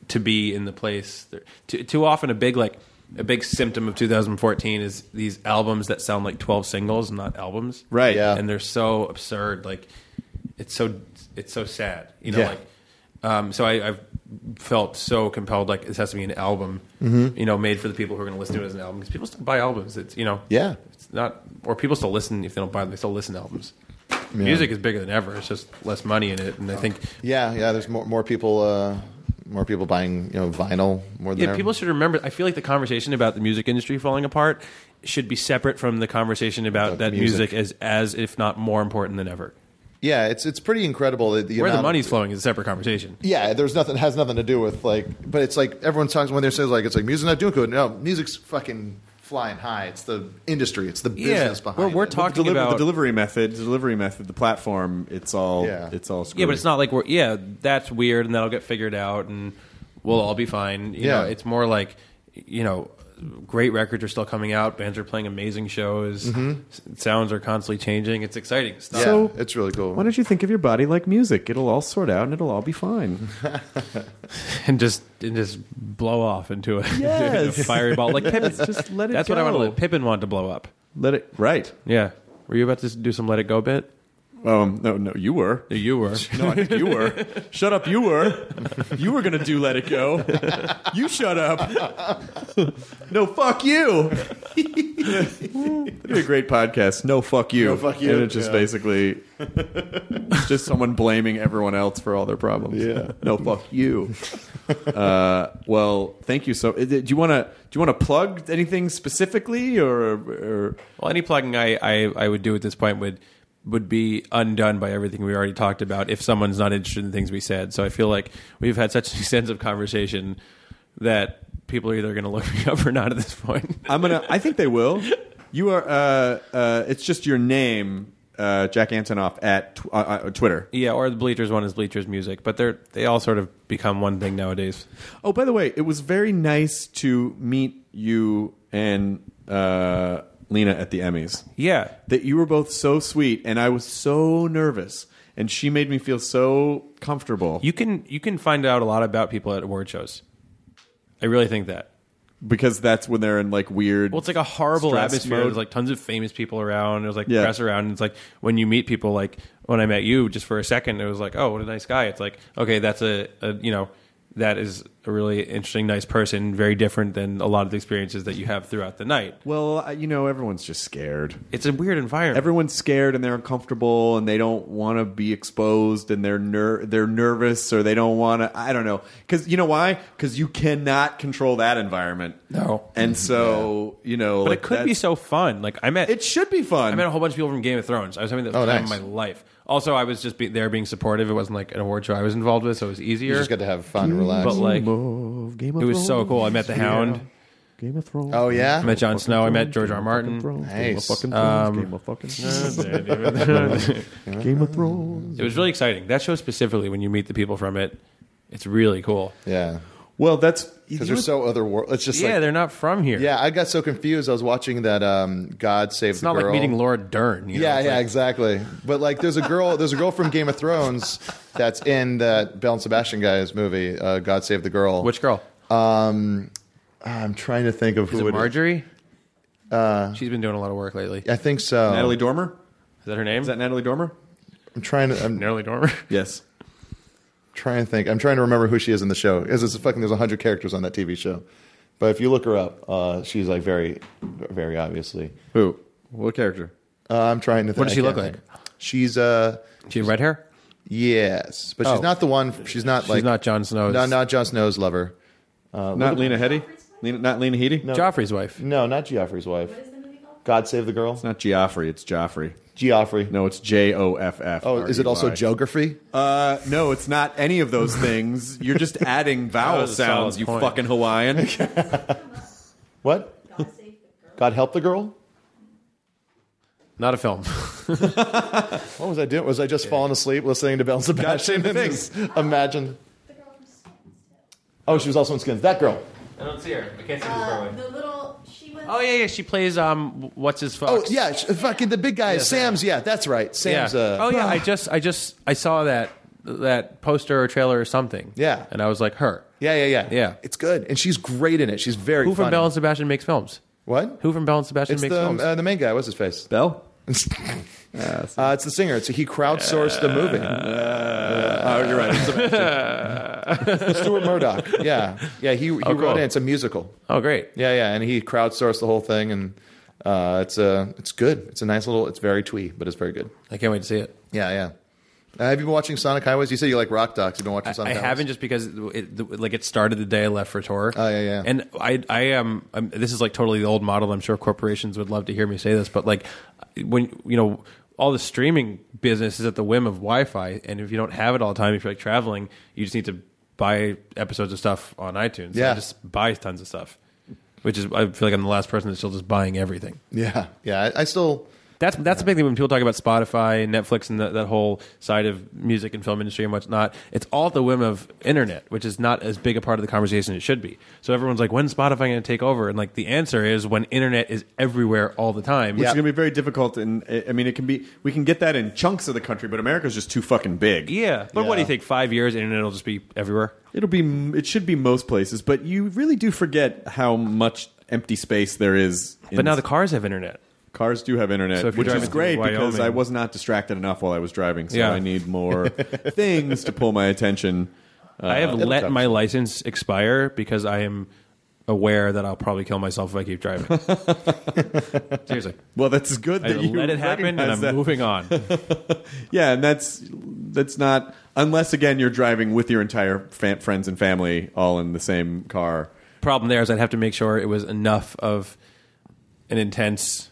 to be in the place. They're- Too, too often a big like a big symptom of 2014 is these albums that sound like 12 singles, not albums.
Right.
Yeah.
And they're so absurd. Like it's so it's so sad. You know,
Yeah.
like um, so I, I've felt so compelled. Like this has to be an album. You know, made for the people who are going to listen to it as an album because people still buy albums. It's you know.
Yeah.
It's not or people still listen if they don't buy them. They still listen to albums. Music is bigger than ever. It's just less money in it, and I think
Yeah, yeah. There's more more people uh, more people buying you know vinyl more than
Yeah,
ever.
people should remember. I feel like the conversation about the music industry falling apart should be separate from the conversation about that music,
music.
as as if not more important than ever.
Yeah, it's it's pretty incredible that
Where the
amount of-
money's flowing is a separate conversation.
Yeah, there's nothing has nothing to do with like, but it's like everyone talks when they say like it's like music's not doing good. No, music's fucking flying high. It's the industry. It's the business behind.
we're, we're
it.
The
talking
deliver-
about
the delivery method, the delivery method, the platform. It's all.
Yeah.
It's all. Screwy.
yeah, but it's not like we're yeah that's weird and that'll get figured out and we'll all be fine. You know,
Yeah.
it's more like you know. Great records are still coming out. Bands are playing amazing shows. S- Sounds are constantly changing. It's exciting. It's not-
Yeah,
So-
it's really cool.
Why don't you think of your body like music? It'll all sort out, and it'll all be
<laughs>
fine.
and just and just blow off into a, <laughs>
Yes.
into a fiery ball like Pippin.
Just let it
That's what I want to
go.
let Pippin want to blow up.
Let it right.
Yeah. Were you about to do some Let It Go bit?
Um, no, no, you were.
You were.
No, I think you were. shut up, you were. You were gonna do Let It Go. You shut up. no, fuck you. <laughs> That'd be a great podcast. No, fuck you.
No, fuck you.
And it's just
Yeah. <laughs>
basically it's just someone blaming everyone else for all their problems.
Yeah.
No, fuck you. Uh, well, thank you. So, uh, do you want to do you want to plug anything specifically, or, or
Well, any plugging I, I, I would do at this point would would be undone by everything we already talked about if someone's not interested in things we said. So I feel like we've had such an <laughs> extensive conversation that people are either going to look <laughs> me up or not at this point.
I'm gonna. I think they will. You are. Uh, uh, it's just your name, uh, Jack Antonoff at tw- uh, uh, Twitter.
<laughs> yeah, or the Bleachers one is Bleachers Music, but they're they all sort of become one thing nowadays.
Oh, by the way, it was very nice to meet you and uh, Lena at the Emmys.
Yeah.
That you were both so sweet, and I was so nervous, and she made me feel so comfortable
You can you can find out a lot about people at award shows. I really think that.
because that's when they're in like weird.
Well, it's like a horrible
stress
atmosphere.
mode.
There's like tons of famous people around. There's like
Yeah.
press around. And it's like when you meet people, like when I met you, just for a second, it was like, oh, what a nice guy. It's like, okay, that's a, a you know, that is a really interesting, nice person, very different than a lot of the experiences that you have throughout the night.
Well, I- you know, everyone's just scared.
It's a weird environment.
Everyone's scared and they're uncomfortable and they don't want to be exposed and they're ner- they're nervous or they don't want to. I don't know because you know why? Because you cannot control that environment.
No.
and so you know,
but
like
it could be
that's-
so fun. Like I met
It should be fun.
I met a whole bunch of people from Game of Thrones. I was having the
Oh,
time
nice.
of my life. Also, I was just be- there being supportive. It wasn't like an award show I was involved with, so it was easier.
You just got to have fun, relax.
but like, it
Of Game of
was so cool. I met the Hound.
Game of Thrones.
oh yeah,
I met Jon Snow. I met George R. Martin.
Nice.
Um,
Game of fucking
it <laughs>
Game of Thrones.
was really exciting. That show specifically, when you meet the people from it, it's really cool.
yeah,
Well, that's
because they're so other world. It's just
yeah,
like
they're not from here.
yeah. I got so confused. I was watching that um, God Save
it's
the
not
Girl.
like meeting Laura Dern. You know?
Yeah,
It's
yeah,
like-
exactly. But like, there's a girl, there's a girl from Game of Thrones that's in that Bell and Sebastian guys movie, uh, God Save the Girl.
Which girl?
I'm trying to think of who
Is it
would-
Marjorie? Uh, She's been doing a lot of work lately. Is
I think so.
Natalie Dormer.
that her name?
Is that Natalie Dormer?
I'm trying to.
<laughs>
I'm
Natalie Dormer?
Yes.
trying to think. I'm trying to remember who she is in the show. Because it's fucking. There's hundred characters on that TV show. But if you look her up, uh, she's like very, very obviously.
Who? What character?
Uh, I'm trying to. think.
What does she
I
look
can't
like?
think. She's uh,
She had red hair?
yes, but
Oh.
she's not the one. She's not like
She's not Jon Snow's.
No, not Jon Snow's lover. Uh,
not Lena Headey. Lena, not Lena Headey. No.
Joffrey's wife.
No, not Geoffrey's wife.
What is the movie called?
God save the girl.
It's not Geoffrey. It's Joffrey.
Geoffrey.
No, it's J O F F.
Oh, is it also
R E Y.
geography?
Uh, no, it's not any of those things. You're
<laughs>
just adding
That
vowel
was a solid
sounds. You
point.
fucking
<laughs>
Hawaiian.
What?
God Save the Girl.
God help the girl?
Not a film.
What was I doing? Was I just falling asleep listening to Bell and Sebastian?
Gotcha.
and just Imagine.
The girl from Skins.
Oh, she was also in Skins. That girl.
I don't see her. I can't see
Uh, the little she was.
Oh yeah, yeah. She plays um, what's his fox?
Oh yeah, sh- fucking the big guy. Sam's. Yeah, that's right.
yeah.
Sam's. Uh,
oh yeah.
<sighs>
I just, I just, I saw that that poster or trailer or something.
Yeah.
and I was like, her.
yeah, yeah, yeah,
Yeah.
It's good, and she's great in it. She's very.
Who from
funny.
Bell and Sebastian makes films?
What?
Who from Bell and Sebastian
It's
makes
the
films?
uh, the main guy. What's
<laughs>
his face?
Bell.
Uh, it's the singer. It's he crowdsourced the movie.
Oh, you're right.
<laughs> Stuart Murdoch. Yeah, yeah. He he
Oh, cool.
wrote it. It's a musical.
oh great.
Yeah, yeah, and he crowdsourced the whole thing, and uh, it's a it's good. It's a nice little. It's very twee, but it's very good.
I can't wait to see it.
Yeah, yeah. Uh, have you been watching Sonic Highways? You said you like rock docs. You've been watching
I
Sonic. Highways?
haven't just because it, the- like it started the day I left for tour.
Oh, yeah, yeah.
And I I am um, this is like totally the old model. I'm sure corporations would love to hear me say this, but like when you know all the streaming business is at the whim of Wi-Fi, and if you don't have it all the time, if you're like traveling, you just need to buy episodes of stuff on iTunes. So I
Yeah.
just buy tons of stuff, which is I feel like I'm the last person that's still just buying everything.
Yeah, yeah. I, I still.
That's that's the big thing when people talk about Spotify and Netflix and that that whole side of music and film industry and whatnot. It's all at the whim of internet, which is not as big a part of the conversation it should be. So everyone's like, when's Spotify going to take over? And like the answer is when internet is everywhere all the time.
It's
Which-
going to be very difficult, and I- I mean, it can be. We can get that in chunks of the country, but America's just too fucking big.
yeah, but what do
Yeah.
you think? Five years, internet will just be everywhere.
It'll be. It should be most places, but you really do forget how much empty space there is. In
But now the cars have internet.
cars do have internet,
So if you're
which
driving
is
through
great because
Wyoming-
I was not distracted enough while I was driving. So
Yeah.
I need
<laughs>
more things to pull my attention.
I have let my license expire because I am aware that I'll probably kill myself if I keep driving. <laughs> Seriously,
Well, that's good
I
that you
let it happen, and
recognize
I'm
that.
moving on.
Yeah, and that's that's not unless again you're driving with your entire fa- friends and family all in the same car.
problem there is I'd have to make sure it was enough of an intense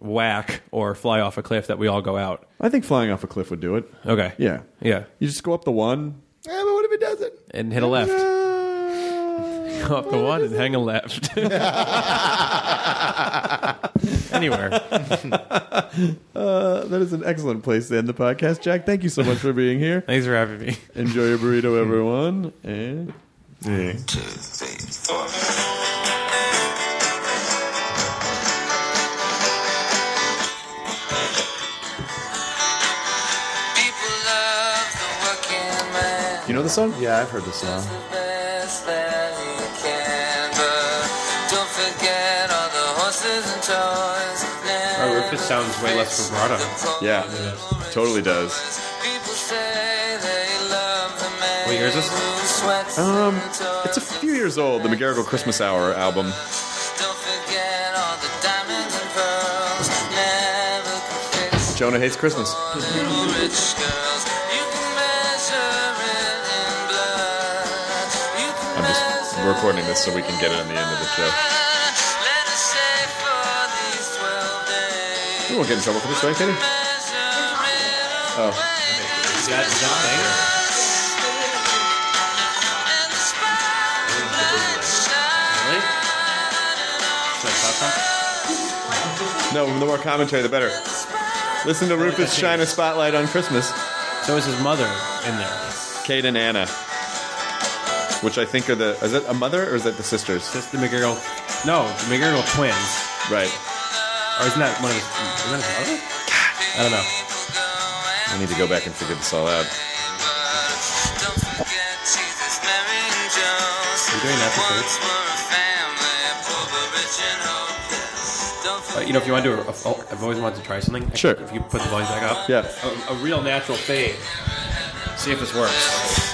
whack or fly off a cliff that we all go out.
I think flying off a cliff would do it.
Okay.
Yeah,
Yeah.
You just go up the one.
Yeah, but what if it doesn't?
And hit a left. Go up the one and hang a left. Anywhere.
Uh, that is an excellent place to end the podcast, Jack. Thank you so much for being here.
Thanks for having me.
Enjoy your burrito, everyone. And
People love the working man.
you know the song?
Yeah, I've heard this song.
The best that he can, but don't forget all the horses and toys.
Our roof just sounds way less vibrato.
The poor
Yeah,
little
totally
rich
does.
boys. People say they love the man.
What year is this?
Um, it's a few years old. The McGarrigle Christmas Hour album. Jonah hates Christmas. I'm just recording this so we can get it on the end of the show. We won't get in trouble for this, right, Katie? Oh.
Is that, is that thing? Really? Is that Pop Punk?
No, the more commentary, the better. Listen to Rufus shine a spotlight on Christmas.
So is his mother in there?
Kate and Anna, which I think are the. Is it a mother or is that the sisters?
That's the McGarrigle. No, the McGarrigle twins.
Right.
Or isn't that one of his? Isn't that his mother? I don't know.
I need to go back and figure this all out.
Uh, you know, if you want to do, a, a- I've always wanted to try something. I-
Sure.
If you put the volume back up.
Yeah.
A, a real natural fade. See if this works.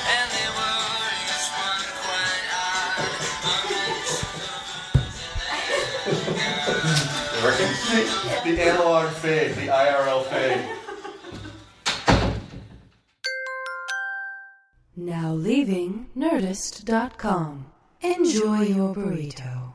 the analog fade, the IRL fade.
Now leaving Nerdist.com. Enjoy your burrito.